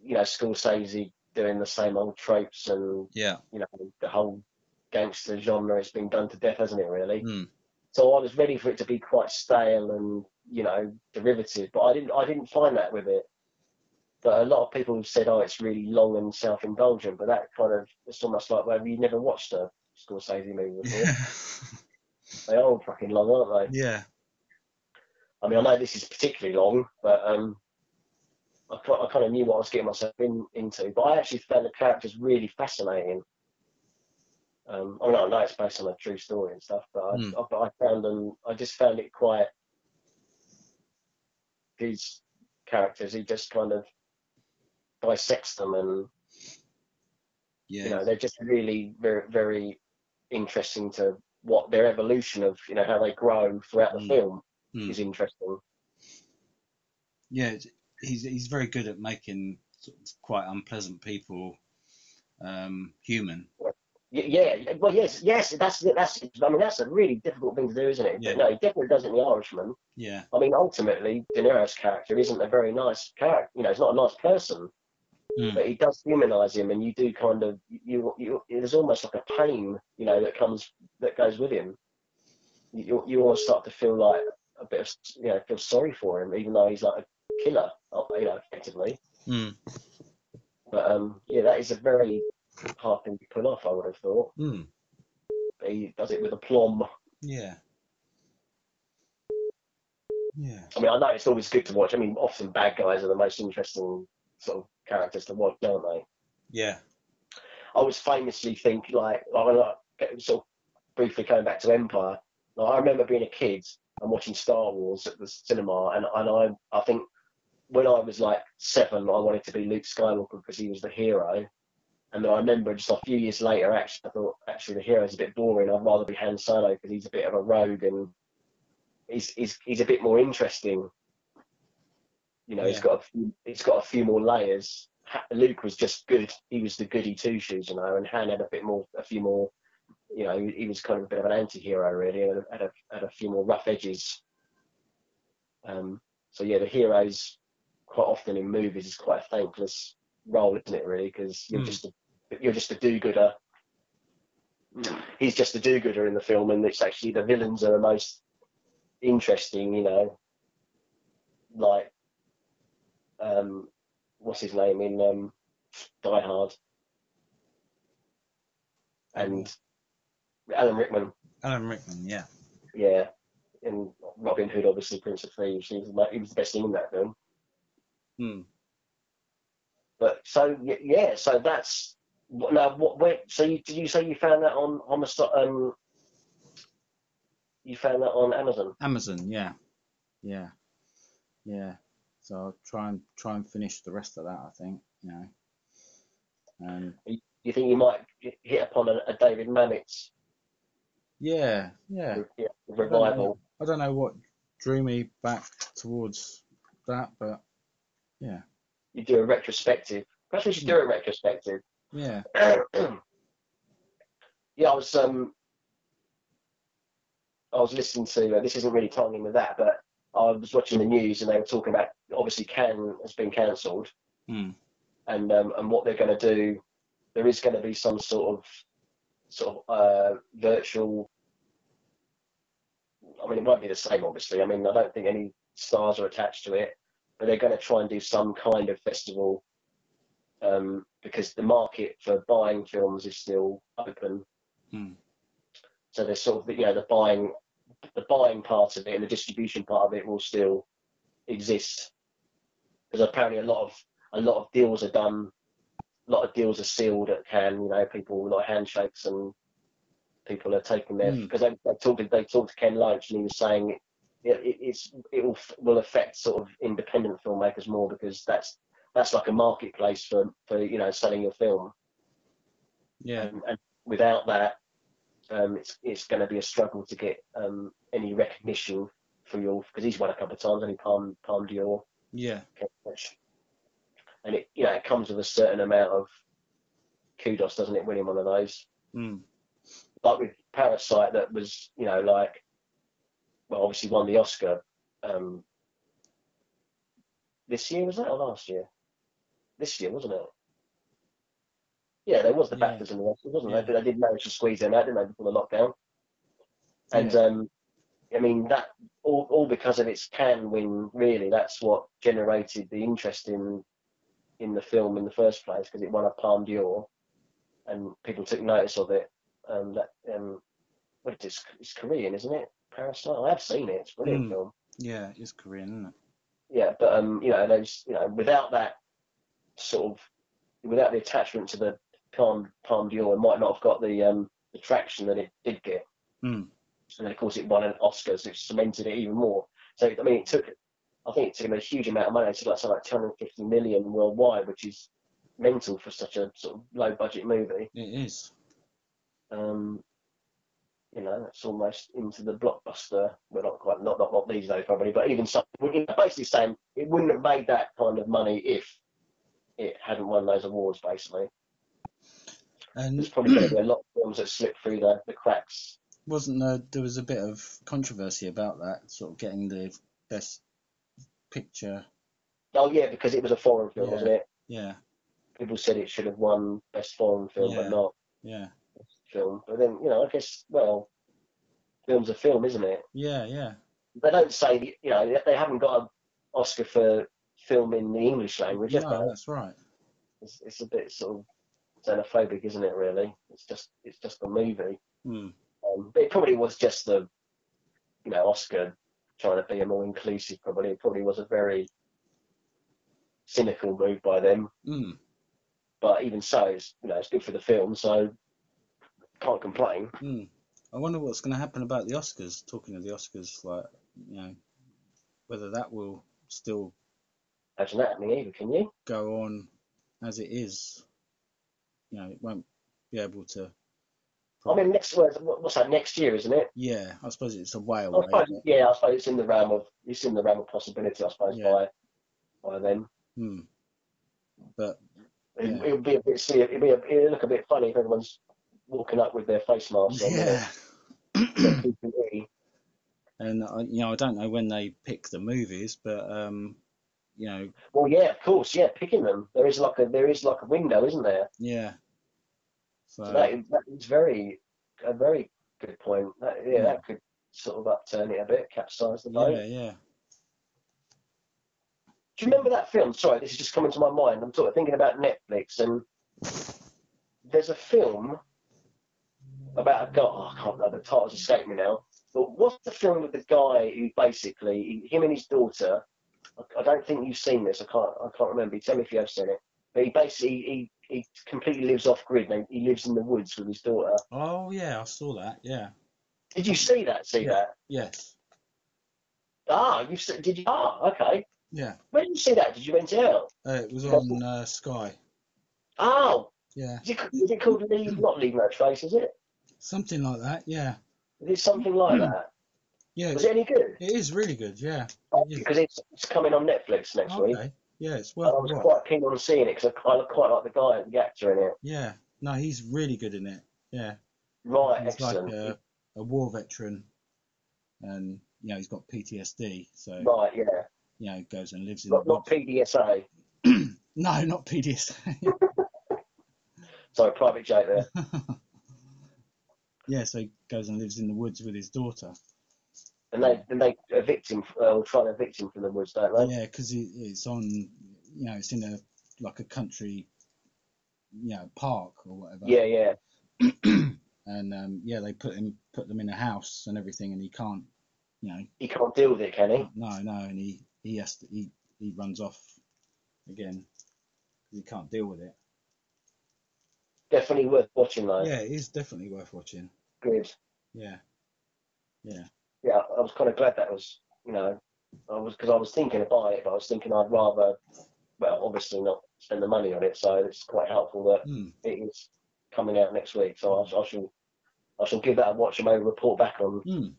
S1: you know, Scorsese doing the same old tropes and
S3: Yeah.
S1: you know the whole gangster genre. It's been done to death, hasn't it? Really.
S3: Mm.
S1: So I was ready for it to be quite stale and you know derivative, but I didn't. I didn't find that with it. But a lot of people said, "Oh, it's really long and self-indulgent," but that kind of it's almost like well, you never watched a Scorsese movie
S2: *laughs*
S1: before.
S3: Yeah.
S1: they are all fucking long, aren't
S3: *laughs*
S1: they?
S3: yeah.
S1: I mean, I know this is particularly long, but um, I, ki- I kind of knew what I was getting myself in, into. But I actually found the characters really fascinating. Um, I mean, I know it's based on a true story and stuff, but I,
S3: Hmm.
S1: I, but I found them. I just found it quite these characters. He just kind of bisects them, and you know, they're just really very, very interesting to what their evolution of you know how they grow throughout the
S3: Hmm.
S1: film
S3: Hmm.
S1: is interesting.
S3: yeah, it's- he's he's very good at making sort of quite unpleasant people um, human.
S1: Y- Yeah, well, yes, yes, that's that's. I mean, that's a really difficult thing to do, isn't it?
S3: Yeah.
S1: But no, he definitely does it in The Irishman.
S3: Yeah,
S1: I mean, ultimately, De Niro's character isn't a very nice character. You know, he's not a nice person,
S3: Mm.
S1: but he does humanize him, and you do kind of you you. There's almost like a pain, you know, that comes that goes with him. You you- you almost start to feel like a bit of you know feel sorry for him, even though he's like a killer, uh, you know, effectively.
S3: Mm.
S1: But um, yeah, that is a very hard thing to pull off. I would have thought.
S3: Mm.
S1: But he does it with aplomb.
S3: yeah, yeah,
S1: I mean, I know it's always good to watch. I mean, often bad guys are the most interesting sort of characters to watch, aren't they?
S3: yeah,
S1: I always famously think like, I mean, like sort of briefly going back to Empire. Like, I remember being a kid and watching Star Wars at the cinema, and and I I think when I was like seven, I wanted to be Luke Skywalker because he was the hero. And then I remember just a few years later, actually, I thought actually the hero's a bit boring. I'd rather be Han Solo because he's a bit of a rogue and he's he's he's a bit more interesting. You know, he's
S3: Yeah.
S1: got a few, he's got a few more layers. Ha- Luke was just good. He was the goody two shoes, you know, and Han had a bit more, a few more. You know, he, he was kind of a bit of an anti-hero really, and had a had a few more rough edges. Um, so yeah, the heroes quite often in movies is quite a thankless role, isn't it? Really, because you're
S3: Hmm.
S1: just a, you're just a do-gooder. He's just a do-gooder in the film, and it's actually the villains are the most interesting. You know, like um, what's his name in um, Die Hard, and Alan Rickman.
S3: Alan Rickman. Yeah,
S1: Yeah, and Robin Hood, obviously Prince of Thieves. He was, the- he was the best thing in that film.
S3: mm.
S1: But so y- yeah, so that's what- now what? Where, so you, did you say you found that on on the sto- um, you found that on Amazon?
S3: Amazon. Yeah, yeah, yeah. So I'll try and try and finish the rest of that. I think you know. Um,
S1: You think you might h- hit upon a, a David Mamet's
S3: yeah, yeah.
S1: re- yeah, revival?
S3: I don't know what drew me back towards that, but yeah,
S1: You do a retrospective. Perhaps we should do a retrospective.
S3: yeah,
S1: *clears throat* yeah, I was um, I was listening to. Uh, this isn't really timing with that, but I was watching the news and they were talking about obviously Cannes has been cancelled.
S3: mm.
S1: and um, and what they're going to do. There is going to be some sort of sort of uh, virtual. I mean, it won't be the same, obviously. I mean, I don't think any stars are attached to it, but they're going to try and do some kind of festival um, because the market for buying films is still open.
S3: Hmm.
S1: So there's sort of you know the buying the buying part of it and the distribution part of it will still exist because apparently a lot of a lot of deals are done, a lot of deals are sealed at Cannes. You know, people like handshakes and people are taking their
S2: Mm.
S1: because they, they talked they talked to Ken Loach and he was saying it, it it's it will will affect sort of independent filmmakers more because that's that's like a marketplace for for you know selling your film
S2: Yeah.
S1: Um, and, and without that, um, it's it's going to be a struggle to get um, any recognition for your because he's won a couple of times, only Palm Palm Dior,
S2: Yeah.
S1: which- and it you know it comes with a certain amount of kudos, doesn't it, winning one of those?
S2: Mm.
S1: Like with Parasite, that was you know like well obviously won the Oscar um, this year was that or last year? This year wasn't it? Yeah, there was the
S2: Yeah.
S1: BAFTAs and the Oscars, wasn't
S2: Yeah.
S1: there? But they did manage to squeeze them out, didn't they, before the lockdown? And
S2: Yeah.
S1: um, I mean that all, all because of its can win. Really, that's what generated the interest in in the film in the first place because it won a Palme d'Or, and people took notice of it. Um, that um, what it is, it's Korean, isn't it? Parasite. I have seen it. It's a brilliant
S2: Mm.
S1: film.
S2: Yeah. It's Korean, isn't it?
S1: Yeah, but um, you know, those you know, without that sort of without the attachment to the Palm Palm Dior, it might not have got the um the traction that it did get.
S2: Mm.
S1: And then of course it won an Oscars, which cemented it even more. So I mean, it took I think it took them a huge amount of money. It took like something like 250 million worldwide, which is mental for such a sort of low budget movie.
S2: It is.
S1: Um, you know, that's almost into the blockbuster. Well, not quite, not not, not these days probably, but even so, you know, basically saying it wouldn't have made that kind of money if it hadn't won those awards. Basically,
S2: And
S1: there's probably going to be a lot of films that slip through the, the cracks.
S2: wasn't there? There was a bit of controversy about that, sort of getting the best picture.
S1: Oh yeah, because it was a foreign film,
S2: Yeah.
S1: wasn't it?
S2: Yeah.
S1: People said it should have won best foreign film,
S2: Yeah.
S1: but not
S2: Yeah.
S1: film. But then you know, I guess well, film's a film, isn't it?
S2: Yeah. Yeah.
S1: They don't say you know they haven't got an Oscar for film in the English language. have they?
S2: No, that's right.
S1: it's, it's a bit sort of xenophobic, isn't it? Really, it's just it's just a movie.
S2: Mm.
S1: Um, but it probably was just the, you know, Oscar trying to be a more inclusive. Probably it probably was a very cynical move by them.
S2: Mm.
S1: But even so, it's you know it's good for the film, so can't complain.
S2: Mm. I wonder what's going to happen about the Oscars. Talking of the Oscars, like you know, whether that will still
S1: Imagine that happening either, can you?
S2: go on as it is. You know, it won't be able to.
S1: I mean, next well, what- what's that next year, isn't it?
S2: Yeah, I suppose it's a way
S1: I
S2: away.
S1: suppose,
S2: isn't it?
S1: yeah, I suppose it's in the realm of it's in the realm of possibility. I suppose
S2: Yeah.
S1: by by then.
S2: Hmm. But
S1: It,
S2: Yeah.
S1: it would be a bit silly. It'd be a, it'd look a bit funny if everyone's walking up with their face masks on. *laughs* E. wouldn't
S2: *laughs* yeah,
S1: it? Their PPE.
S2: and I, you know, I don't know when they pick the movies, but um, you know,
S1: Well, yeah, of course, yeah, picking them. There is like a there is like a window, isn't there?
S2: yeah.
S1: So
S2: So
S1: that, is- that is very a very good point. That, yeah,
S2: Yeah.
S1: that could sort of upturn it a bit, capsize the boat.
S2: Hmm. yeah, yeah.
S1: Do you remember that film? Sorry, this is just coming to my mind. I'm sort of thinking about Netflix, and there's a film about a guy. Oh, I can't remember the title's escaped me now. But what's the film with the guy who basically he- him and his daughter? I- I don't think you've seen this. I can't. I can't remember. Tell me if you have seen it. But he basically he, he completely lives off grid. and He lives in the woods with his daughter.
S2: Oh yeah, I saw that. Yeah.
S1: Did you see that? See
S2: Yeah.
S1: that?
S2: Yes.
S1: Ah, you se- did. You, ah, okay.
S2: Yeah.
S1: Where did you see that? Did you rent it out?
S2: Uh, it was on uh, Sky.
S1: Oh,
S2: Yeah.
S1: is it, is it called Leave? Not Leave No Trace, is it?
S2: Something like that. Yeah.
S1: Is it something
S2: Hmm.
S1: like that?
S2: Yeah.
S1: Was it any good?
S2: It is really good. Yeah. Yeah.
S1: Because it's, it's coming on Netflix next week.
S2: Okay. Yeah, it's
S1: And I
S2: well.
S1: was
S2: worth-
S1: quite keen on seeing it because I quite, quite like the guy, the actor in it.
S2: Yeah. No, he's really good in it. Yeah.
S1: Right,
S2: He's like
S1: excellent.
S2: a, a war veteran, and you know he's got PTSD, so
S1: Right, yeah.
S2: you know he goes and lives in
S1: Not,
S2: the
S1: not
S2: woods.
S1: PDSA.
S2: *clears throat* No, not PTSD.
S1: Sorry, private joke there.
S2: *laughs* Yeah, so he goes and lives in the woods with his daughter.
S1: And they and they evict him, uh, or try to evict him from the woods, don't they?
S2: Yeah, because it's on, you know, it's in a like a country, you know, park or whatever.
S1: Yeah, yeah.
S2: and um, yeah, they put him put them in a house and everything, and he can't you know,
S1: He can't deal with it, can he?
S2: no, no, and he he has to, he he runs off again because he can't deal with it.
S1: Definitely worth watching though.
S2: Yeah, it is definitely worth watching.
S1: Good.
S2: Yeah,
S1: Yeah, I was kind of glad that was, you know, I was because I was thinking about it, but I was thinking I'd rather, well, obviously not spend the money on it. So it's quite helpful that
S2: mm,
S1: it is coming out next week. So I, I shall, I shall give that a watch and maybe report back on.
S2: mm,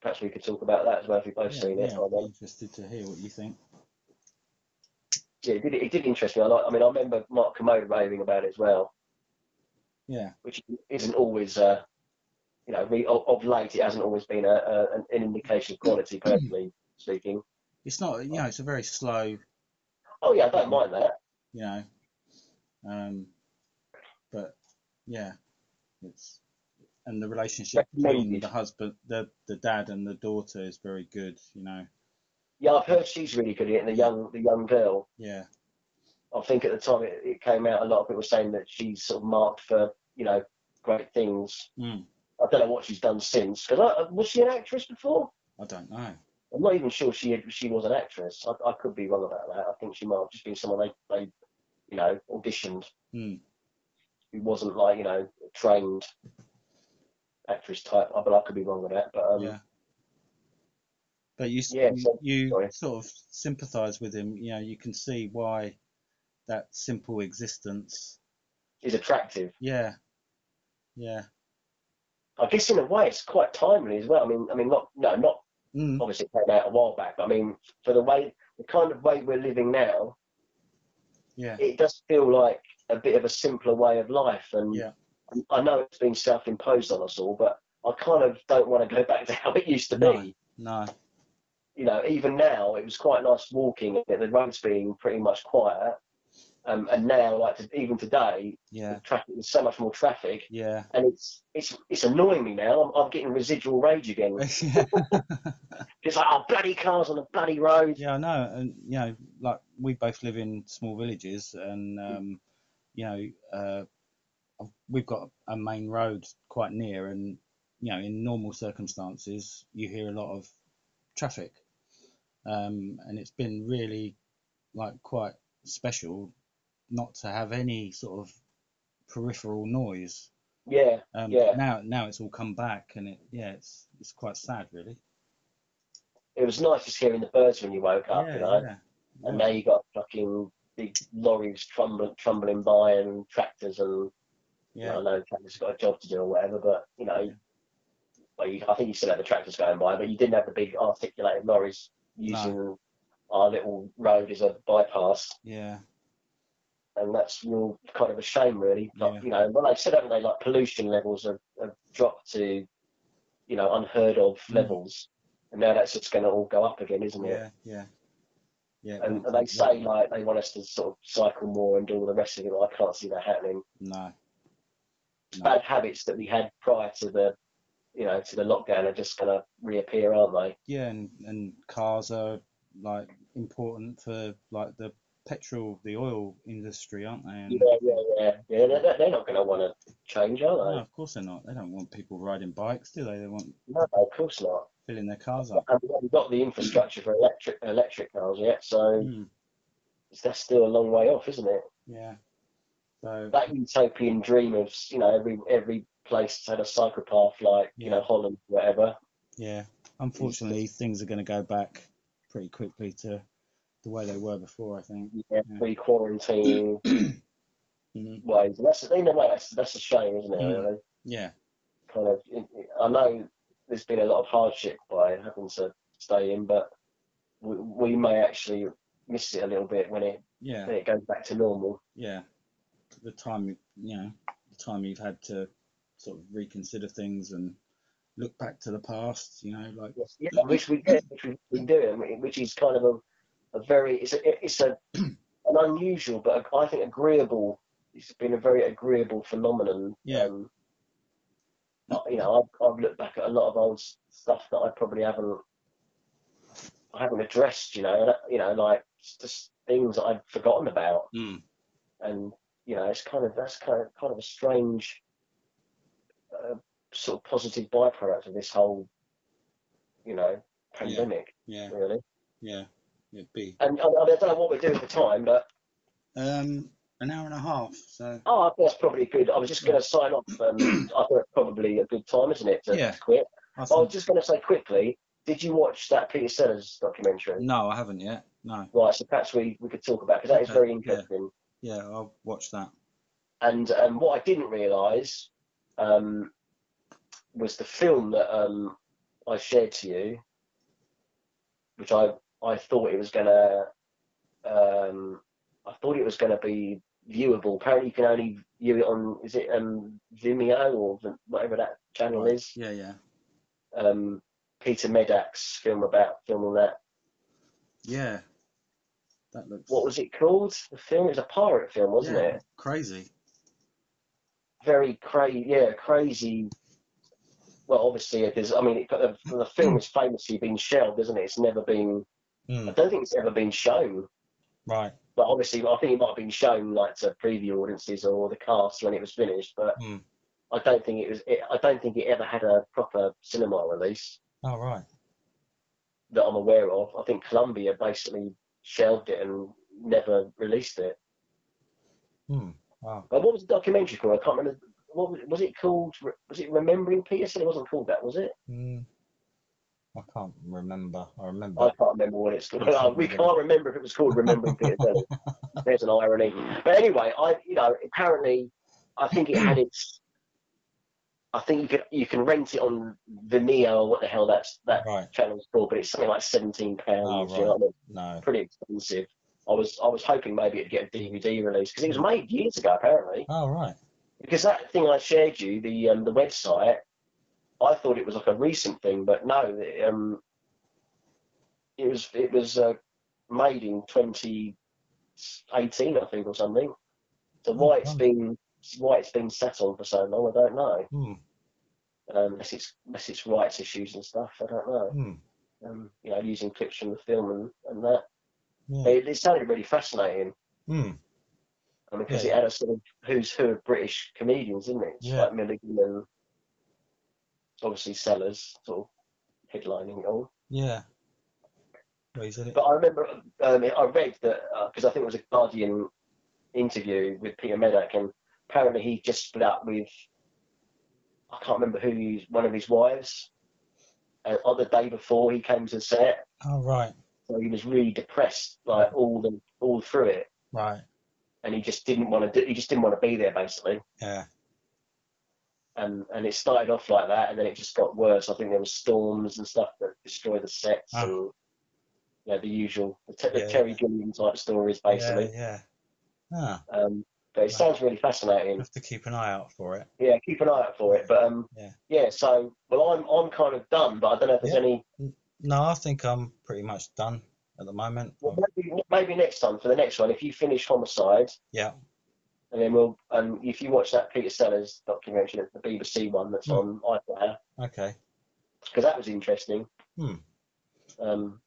S1: Perhaps we could talk about that as well if we both
S2: yeah,
S1: seen it.
S2: yeah,
S1: by then.
S2: I'm interested to hear what you think.
S1: yeah, it did, it did interest me. I, like, I mean, I remember Mark Commode raving about it as well,
S2: Yeah,
S1: which isn't always, uh, you know, re- of, of late it hasn't always been a, a, an- an indication of
S2: *clears throat*
S1: quality, personally speaking.
S2: it's not you know it's a very slow
S1: Oh yeah, I don't mind that.
S2: you know, um, but yeah, it's and the relationship between
S1: Recommended.
S2: the husband, the the dad and the daughter is very good. You know,
S1: Yeah, I've heard she's really good at it, and the young the young girl.
S2: yeah,
S1: I think at the time it, it came out, a lot of people were saying that she's sort of marked for you know great things.
S2: Mm.
S1: I don't know what she's done since. Because was she an actress before?
S2: I don't know.
S1: I'm not even sure she she was an actress. I, I could be wrong about that. I think she might have just been someone they, they you know, auditioned.
S2: Hmm.
S1: Who wasn't like you know a trained actress type. I, but I could be wrong with that. But um,
S2: Yeah. But you,
S1: Yeah,
S2: you,
S1: so-
S2: you
S1: sorry.
S2: sort of sympathise with him. You know, you can see why that simple existence.
S1: she's attractive.
S2: Yeah, yeah,
S1: I guess in a way it's quite timely as well. I mean, I mean not no not
S2: mm,
S1: obviously it came out a while back. But I mean for the way the kind of way we're living now,
S2: yeah,
S1: it does feel like a bit of a simpler way of life. And
S2: Yeah.
S1: I know it's been self-imposed on us all, but I kind of don't want to go back to *laughs* how it used to be.
S2: No. no,
S1: you know, even now it was quite nice walking. and The roads being pretty much quiet, um, and now like to, even today,
S2: yeah,
S1: the traffic there's so much more traffic,
S2: yeah. *laughs*
S1: and it's it's it's annoying me now. I'm, I'm getting residual rage again. It's like oh bloody cars on the bloody road.
S2: Yeah, I know, and you know, like we both live in small villages, and um, you know, uh, we've got a main road quite near, and you know, in normal circumstances, you hear a lot of traffic, um, and it's been really like quite special not to have any sort of peripheral noise.
S1: Yeah,
S2: Um,
S1: Yeah.
S2: now, now it's all come back, and it, yeah, it's it's quite sad, really.
S1: it was nice just hearing the birds when you woke up,
S2: Yeah,
S1: you know.
S2: yeah,
S1: And now
S2: yeah.
S1: you got fucking big lorries trumbling tumbling by and tractors and
S2: Yeah.
S1: I know tractors got a job to do or whatever, but you know,
S2: Yeah.
S1: well, you, I think you still had the tractors going by, but you didn't have the big articulated lorries using our little road as a bypass,
S2: Yeah,
S1: and that's real kind of a shame, really. Like,
S2: Yeah.
S1: You know, well, they said, haven't they, like pollution levels have, have dropped to, you know, unheard of
S2: Mm.
S1: levels, and now that's just going to all go up again, isn't it?
S2: yeah, yeah, yeah.
S1: And,
S2: well,
S1: and they say
S2: yeah,
S1: like they want us to sort of cycle more and do all the rest of it, but I can't see that happening.
S2: no, No.
S1: Bad habits that we had prior to the, you know, to the lockdown are just going to reappear, aren't they?
S2: yeah, and and cars are like important for like the petrol, the oil industry, aren't they? And
S1: Yeah, yeah, yeah. yeah they're, they're- they're not going to want to change,
S2: no,
S1: are
S2: of course they're not. They don't want people riding bikes, do they? They want
S1: they? No, of course not.
S2: filling their cars up.
S1: And we haven't got the infrastructure for electric electric cars yet, so
S2: Mm,
S1: that's still a long way off, isn't it?
S2: yeah. So
S1: That utopian dream of you know every every place had a cycle path like you know
S2: Yeah.
S1: Holland, whatever.
S2: yeah, unfortunately, things are going to go back pretty quickly to the way they were before, I think.
S1: Yeah,
S2: Yeah.
S1: pre quarantine
S2: Mhm.
S1: ways. And that's in a way that's that's a shame, isn't it?
S2: Mm. Yeah,
S1: Kind of. I know there's been a lot of hardship by having to stay in, but we, we may actually miss it a little bit when it
S2: yeah.
S1: when it goes back to normal.
S2: yeah, the time you you know, the time you've had to sort of reconsider things and look back to the past, you know, like
S1: Yeah, which we do, which we, we do, and we- which is kind of a, a very it's a it's a *clears throat* an unusual but I think agreeable. It's been a very agreeable phenomenon.
S2: Yeah.
S1: Um, but, you know, I've, I've looked back at a lot of old s- stuff that I probably haven't I haven't addressed. You know, and, I- you know, like s- just things that I'd forgotten about,
S2: Mm.
S1: and you know, it's kind of that's kind of kind of a strange uh, sort of positive byproduct of this whole you know, pandemic,
S3: yeah,
S1: really.
S3: yeah, it'd be
S1: And I, I don't know what we're doing for time, but
S3: um an hour and a half. So
S1: oh, I think that's probably good. I was just going to sign off. Um, I think it's probably a good time, isn't it, to
S3: Yeah.
S1: quit?
S3: I
S1: I
S3: think,
S1: was just going to say quickly, did you watch that Peter Sellers documentary?
S3: no, I haven't yet. No,
S1: Right, so perhaps we, we could talk about because that is
S3: Okay,
S1: very
S3: yeah.
S1: interesting.
S3: yeah, I'll watch that.
S1: And um, what I didn't realise um, was the film that um, I shared to you, which I I thought it was gonna um, I thought it was gonna be viewable. Apparently, you can only view it on is it um, Vimeo or the, whatever that channel is.
S3: Yeah, yeah,
S1: Um, Peter Medak's film about filming that.
S3: yeah. That looks
S1: What was it called? The film it was a pirate film, wasn't
S3: yeah,
S1: it?
S3: crazy.
S1: very crazy, yeah, crazy. Well, obviously, because I mean, it, the, the film has famously been shelved, isn't it? It's never been. I
S2: Mm,
S1: don't think it's ever been shown.
S2: right.
S1: But obviously, I think it might have been shown like to preview audiences or the cast when it was finished. But
S2: Hmm.
S1: I don't think it was. It, I don't think it ever had a proper cinema release
S2: Oh, right.
S1: that I'm aware of. I think Columbia basically shelved it and never released it.
S2: Hmm. Wow.
S1: But what was the documentary called? I can't remember. What was, was it called? Re- Was it Remembering Peterson? It wasn't called that, was it?
S2: Mm, I can't remember. I
S1: I
S2: remember.
S1: can't remember what it's called. Well, *laughs* we can't remember if it was called Remembering Peter
S2: *laughs*
S1: Sellers. There's an irony. But anyway, I you know apparently I think it had its. I think you could you can rent it on Vimeo or what the hell that's that
S2: Right.
S1: channel's called, but it's something like seventeen pounds.
S2: Oh,
S1: you know what I mean?
S2: No.
S1: Pretty expensive. I was I was hoping maybe it'd get a DVD release because it was made years ago apparently.
S2: Oh, right.
S1: Because that thing I shared you the um, the website, I thought it was like a recent thing, but no, it, um, it was it was uh, made in 2018, I think, or something. So why it's
S2: Oh, wow.
S1: been why it's been sat on for so long, I don't know.
S2: Hmm.
S1: Um, unless it's unless it's rights issues and stuff, I don't know.
S2: Hmm.
S1: Um, you know, using clips from the film and, and that.
S2: Yeah.
S1: It, it sounded really fascinating.
S2: Hmm.
S1: I mean, because
S2: Yeah.
S1: it had a sort of who's who of British comedians, didn't it? It's
S2: Yeah.
S1: Like Milligan and obviously Sellers, sort of headlining it all.
S2: Yeah. Well, he's in it.
S1: But I remember um, I read that because I think it was a Guardian interview with Peter Medak, and apparently he just split up with I can't remember who he, one of his wives. And on the day before he came to set,
S2: Oh, right.
S1: so he was really depressed, like all the all through it,
S2: Right.
S1: and he just didn't want to do. He just didn't want to be there, basically.
S2: Yeah.
S1: and and it started off like that, and then it just got worse. I think there were storms and stuff that destroyed the sets,
S2: Ah.
S1: and yeah, the usual the, te-
S2: Yeah,
S1: the Terry
S2: yeah.
S1: Gilliam type stories, basically.
S2: Yeah. yeah. Ah,
S1: Um, but it
S2: Right.
S1: sounds really
S2: I
S1: fascinating.
S2: have to keep an eye out for it.
S1: Yeah, keep an eye out for it. But um,
S2: Yeah.
S1: So well, I'm I'm kind of done, but I don't know if there's
S2: Yeah.
S1: any.
S2: No, I think I'm pretty much done at the moment.
S1: Well, maybe maybe next time for the next one, if you finish Homicide.
S2: Yeah.
S1: And then we'll, and if you watch that Peter Sellers documentary, the BBC one that's
S2: Hmm.
S1: on iPlayer,
S2: Okay.
S1: because that was interesting.
S2: Hmm.
S1: Um,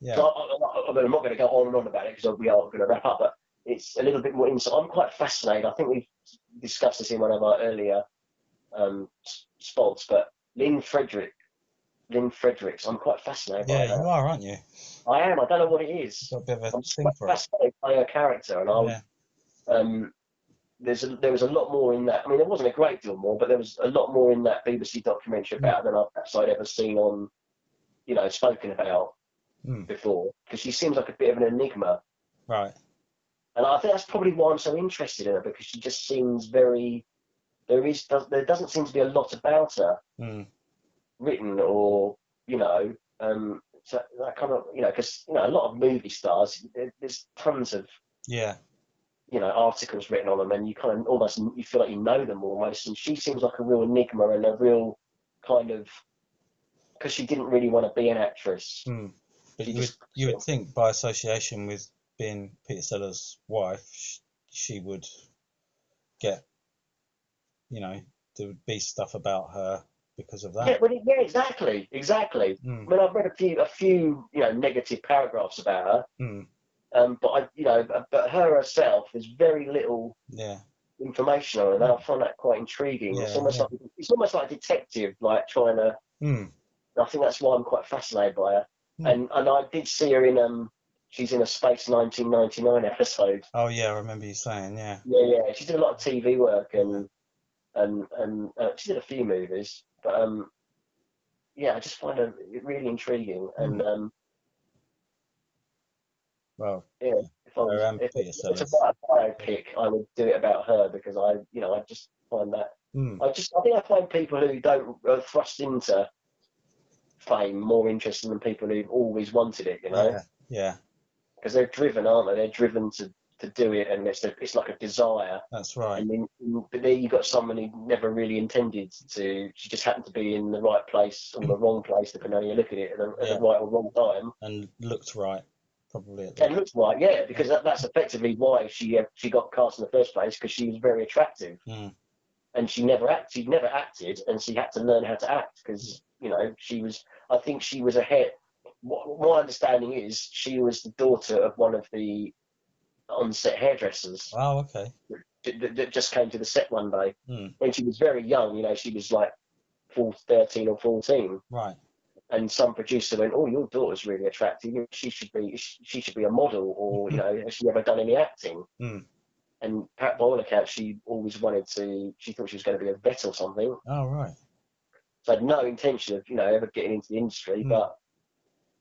S1: So
S2: Yeah.
S1: I, I, I mean, I'm not going to go on and on about it because we are going to wrap up, but it's a little bit more insight. I'm quite fascinated. I think we discussed this in one of our earlier um, s- spots, but Lynn Frederick, Lynn Fredericks, I'm quite fascinated
S2: Yeah,
S1: by
S2: you
S1: her.
S2: are, aren't you?
S1: I am. I don't know what it is.
S2: Got a bit of a
S1: I'm
S2: thing
S1: quite
S2: for it.
S1: fascinated by her character, and I was
S2: Yeah.
S1: um, there's a, there was a lot more in that. I mean, there wasn't a great deal more, but there was a lot more in that BBC documentary about her than I, perhaps I'd ever seen on, you know, spoken about
S2: Hmm.
S1: before. Because she seems like a bit of an enigma,
S2: Right.
S1: and I think that's probably why I'm so interested in her because she just seems very. There is does, there doesn't seem to be a lot about her
S2: Hmm.
S1: written or you know um so that kind of you know because you know a lot of movie stars there, there's tons of
S2: Yeah.
S1: you know articles written on them and you kind of almost you feel like you know them almost and she seems like a real enigma and a real kind of because she didn't really want to be an actress
S2: Hmm. But
S1: She
S2: you would
S1: just-
S2: you would think by association with being Peter Sellers' wife, she, she would get, you know, there would be stuff about her because of
S1: yeah,
S2: that.
S1: well, yeah exactly exactly
S2: Hmm.
S1: i mean i've read a few a few you know negative paragraphs about her
S2: Hmm.
S1: um but i you know but- but her herself there's very little
S2: Yeah.
S1: information on it and i find that quite intriguing it's
S2: Mm. Yeah,
S1: almost
S2: yeah.
S1: like it's almost like a detective like trying to
S2: Hmm.
S1: I think that's why I'm quite fascinated by her. And and I did see her in um, she's in a Space 1999 episode.
S2: Oh yeah, I remember you saying. Yeah.
S1: Yeah, yeah. She did a lot of TV work and and and uh, she did a few movies, but um, yeah, I just find her really intriguing.
S2: Hmm.
S1: And um,
S2: Well,
S1: yeah, if I
S2: Her
S1: was,
S2: and
S1: if
S2: Peter
S1: it's
S2: Sellers.
S1: about a biopic, I would do it about her because I, you know, I just find that
S2: mm,
S1: I just I think I find people who don't are thrust into fame more interesting than people who've always wanted it, you know,
S2: yeah, yeah,
S1: because they're driven, aren't they? They're driven to, to do it, and it's a, it's like a desire.
S2: that's right.
S1: And then, but there you got someone who never really intended to. She just happened to be in the right place or the wrong place, depending on how you look at it, at the, at the
S2: Yeah.
S1: right or wrong time.
S2: And looked right, probably. At
S1: It
S2: the,
S1: looks like, yeah, because that, that's effectively why she uh, she got cast in the first place because she was very attractive,
S2: Mm.
S1: and she never act, she never acted, and she had to learn how to act because you know she was. I think she was ahead. What my understanding is, she was the daughter of one of the on-set hairdressers
S2: oh, okay.
S1: that, that- that just came to the set one day
S2: Hmm.
S1: when she was very young. You know, she was like four, 13 or fourteen,
S2: Right.
S1: and some producer went, "Oh, your daughter's really attractive. You- She should be sh- she should be a model, or you know, has she ever done any acting?"
S2: Mm.
S1: And Pat Boyle account, she always wanted to. She thought she was going to be a vet or something,
S2: Oh, right.
S1: so had no intention of you know ever getting into the industry.
S2: Mm.
S1: But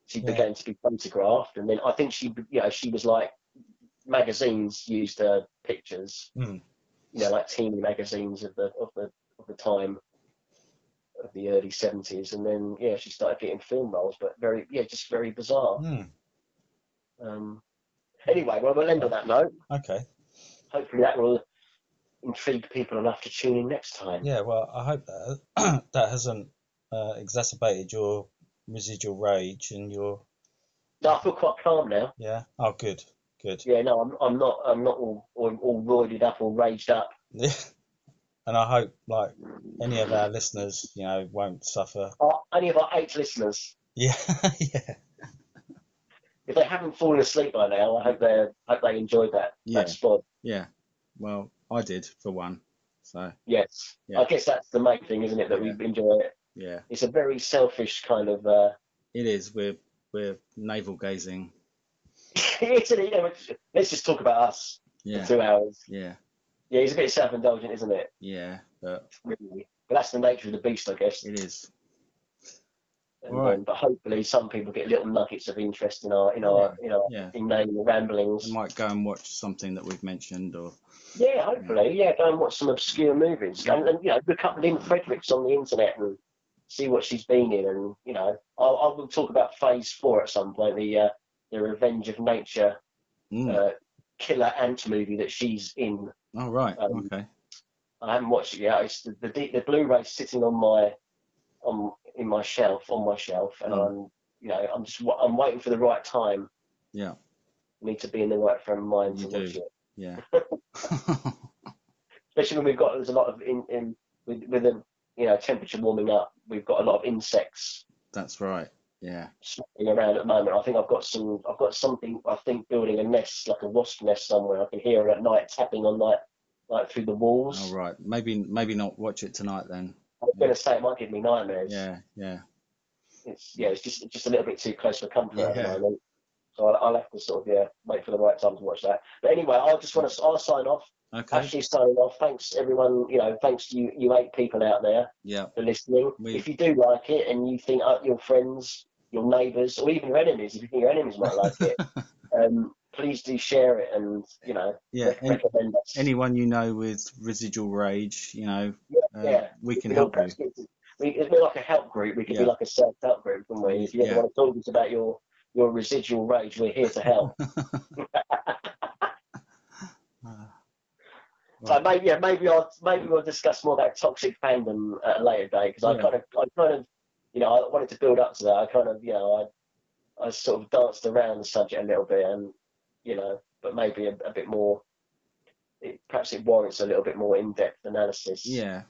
S1: she
S2: Yeah.
S1: began to be photographed, and then I think she you know she was like magazines used her pictures,
S2: Mm.
S1: you know, like teeny magazines of the of the of the time. Of the early 70s, and then yeah, she started getting film roles, but very yeah, just very bizarre.
S2: Mm,
S1: Um, anyway, well, we'll end on that note.
S2: okay.
S1: Hopefully, that will intrigue people enough to tune in next time.
S2: Yeah. Well, I hope that *clears throat* that hasn't uh, exacerbated your residual rage and your
S1: No, I feel quite calm now.
S2: yeah. Oh, good. Good. *laughs*
S1: Yeah, no, I'm, I'm not. I'm not all, all, all roided up or raged up.
S2: Yeah. And I hope like any of our listeners, you know, won't suffer. *laughs*
S1: Our, any of our eight listeners,
S2: Yeah. *laughs* yeah.
S1: if they haven't fallen asleep by now, I hope they hope they enjoyed that
S3: Yeah.
S1: that spot.
S3: Yeah. Well, I did for one. So
S1: Yes,
S3: Yeah.
S1: I guess that's the main thing, isn't it? That we enjoy it.
S3: yeah,
S1: It's a very selfish kind of. Uh, *laughs*
S3: it is. We're we're navel gazing.
S1: isn't it? You know, Let's just talk about us
S3: Yeah.
S1: for two hours.
S3: Yeah.
S1: Yeah, it's a bit self-indulgent, isn't it?
S3: Yeah. But
S1: Really. But that's the nature of the beast, I guess.
S3: it is.
S1: and
S3: Right.
S1: then- but hopefully some people get little nuggets of interest in our in our in our
S3: Yeah.
S1: inane
S3: We
S1: ramblings.
S3: might go and watch something that we've mentioned or
S1: Yeah, hopefully, yeah. Go and watch some obscure movies, and, and you know, look up Lynn Fredericks on the internet and see what she's been in, and you know, I'll, I will talk about Phase Four at some point, the uh, the Revenge of Nature
S3: Mm.
S1: uh, killer ant movie that she's in.
S3: Oh, right.
S1: Um,
S3: okay.
S1: I haven't watched it yet. It's the the, D- the Blu-ray's sitting on my on in my shelf on my shelf, and
S3: Mm.
S1: I'm you know I'm just wa- I'm waiting for the right time.
S3: Yeah.
S1: need to be in the right frame of mind
S3: You
S1: to watch
S3: do.
S1: it. *laughs*
S3: Yeah.
S1: Especially when we've got there's a lot of in, in with with the you know temperature warming up, we've got a lot of insects
S3: That's right. Yeah.
S1: swimming around at the moment. I think I've got some I've got something I think building a nest like a wasp nest somewhere. I can hear her at night tapping on like like through the walls.
S3: All Oh, right. Maybe maybe not watch it tonight then.
S1: I was going to say it might give me nightmares.
S3: Yeah. Yeah.
S1: It's yeah, it's just it's just a little bit too close for comfort at the
S3: Yeah.
S1: moment. So I'll, I'll have to sort of yeah wait for the right time to watch that. But anyway, I just want to I'll sign off.
S3: Okay.
S1: Actually signing off. Thanks everyone. You know, thanks to you you eight people out there.
S3: Yeah.
S1: for listening.
S3: We-
S1: If you do like it and you think uh, your friends, your neighbours, or even your enemies, if you think your enemies might like
S3: *laughs*
S1: it, um, please do share it and you know
S3: Yeah.
S1: rec-
S3: Any,
S1: recommend us.
S3: anyone you know with residual rage, you know, uh,
S1: Yeah.
S3: we can
S1: We'd all
S3: help you.
S1: perhaps get to- We, if we're like a help group, we could be
S3: Yeah.
S1: like a self-help group, couldn't we? If you ever
S3: Yeah.
S1: want to talk to us about your your residual rage, we're here to help.
S3: Uh,
S1: So maybe, yeah, maybe I'll maybe we'll discuss more about toxic fandom at a later date because I
S3: Yeah.
S1: kind of, I kind of, you know, I wanted to build up to that. I kind of, you know, I, I sort of danced around the subject a little bit, and you know, but maybe a, a bit more. It, perhaps it warrants a little bit more in-depth analysis.
S3: yeah.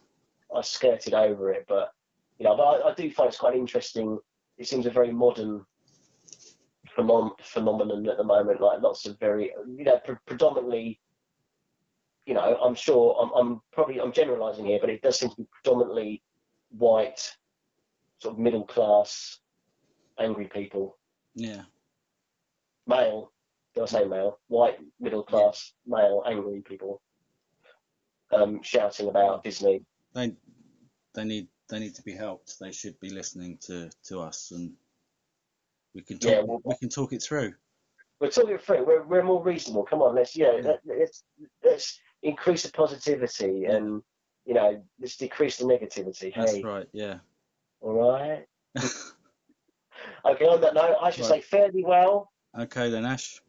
S1: I skirted over it, but you know, but I, I do find it's quite interesting. It seems a very modern phenom- phenomenon at the moment. Like lots of very, you know, pre- predominantly, you know, I'm sure I'm, I'm probably I'm generalising here, but it does seem to be predominantly white sort of middle class, angry people,
S2: Yeah.
S1: male. Did I say male? White, middle class, male, angry people, um, shouting about Disney.
S2: They they need they need to be helped. They should be listening to, to us and we can talk
S1: Yeah, well-
S2: we can talk it through.
S1: We're talking it through. We're, we're more reasonable. Come on, let's yeah,
S2: Yeah.
S1: Let, let's let's increase the positivity and you know let's decrease the negativity.
S2: That's
S1: hey,
S2: right, yeah.
S1: all right. Okay, on that note, I should say fairly well.
S2: okay then Ash.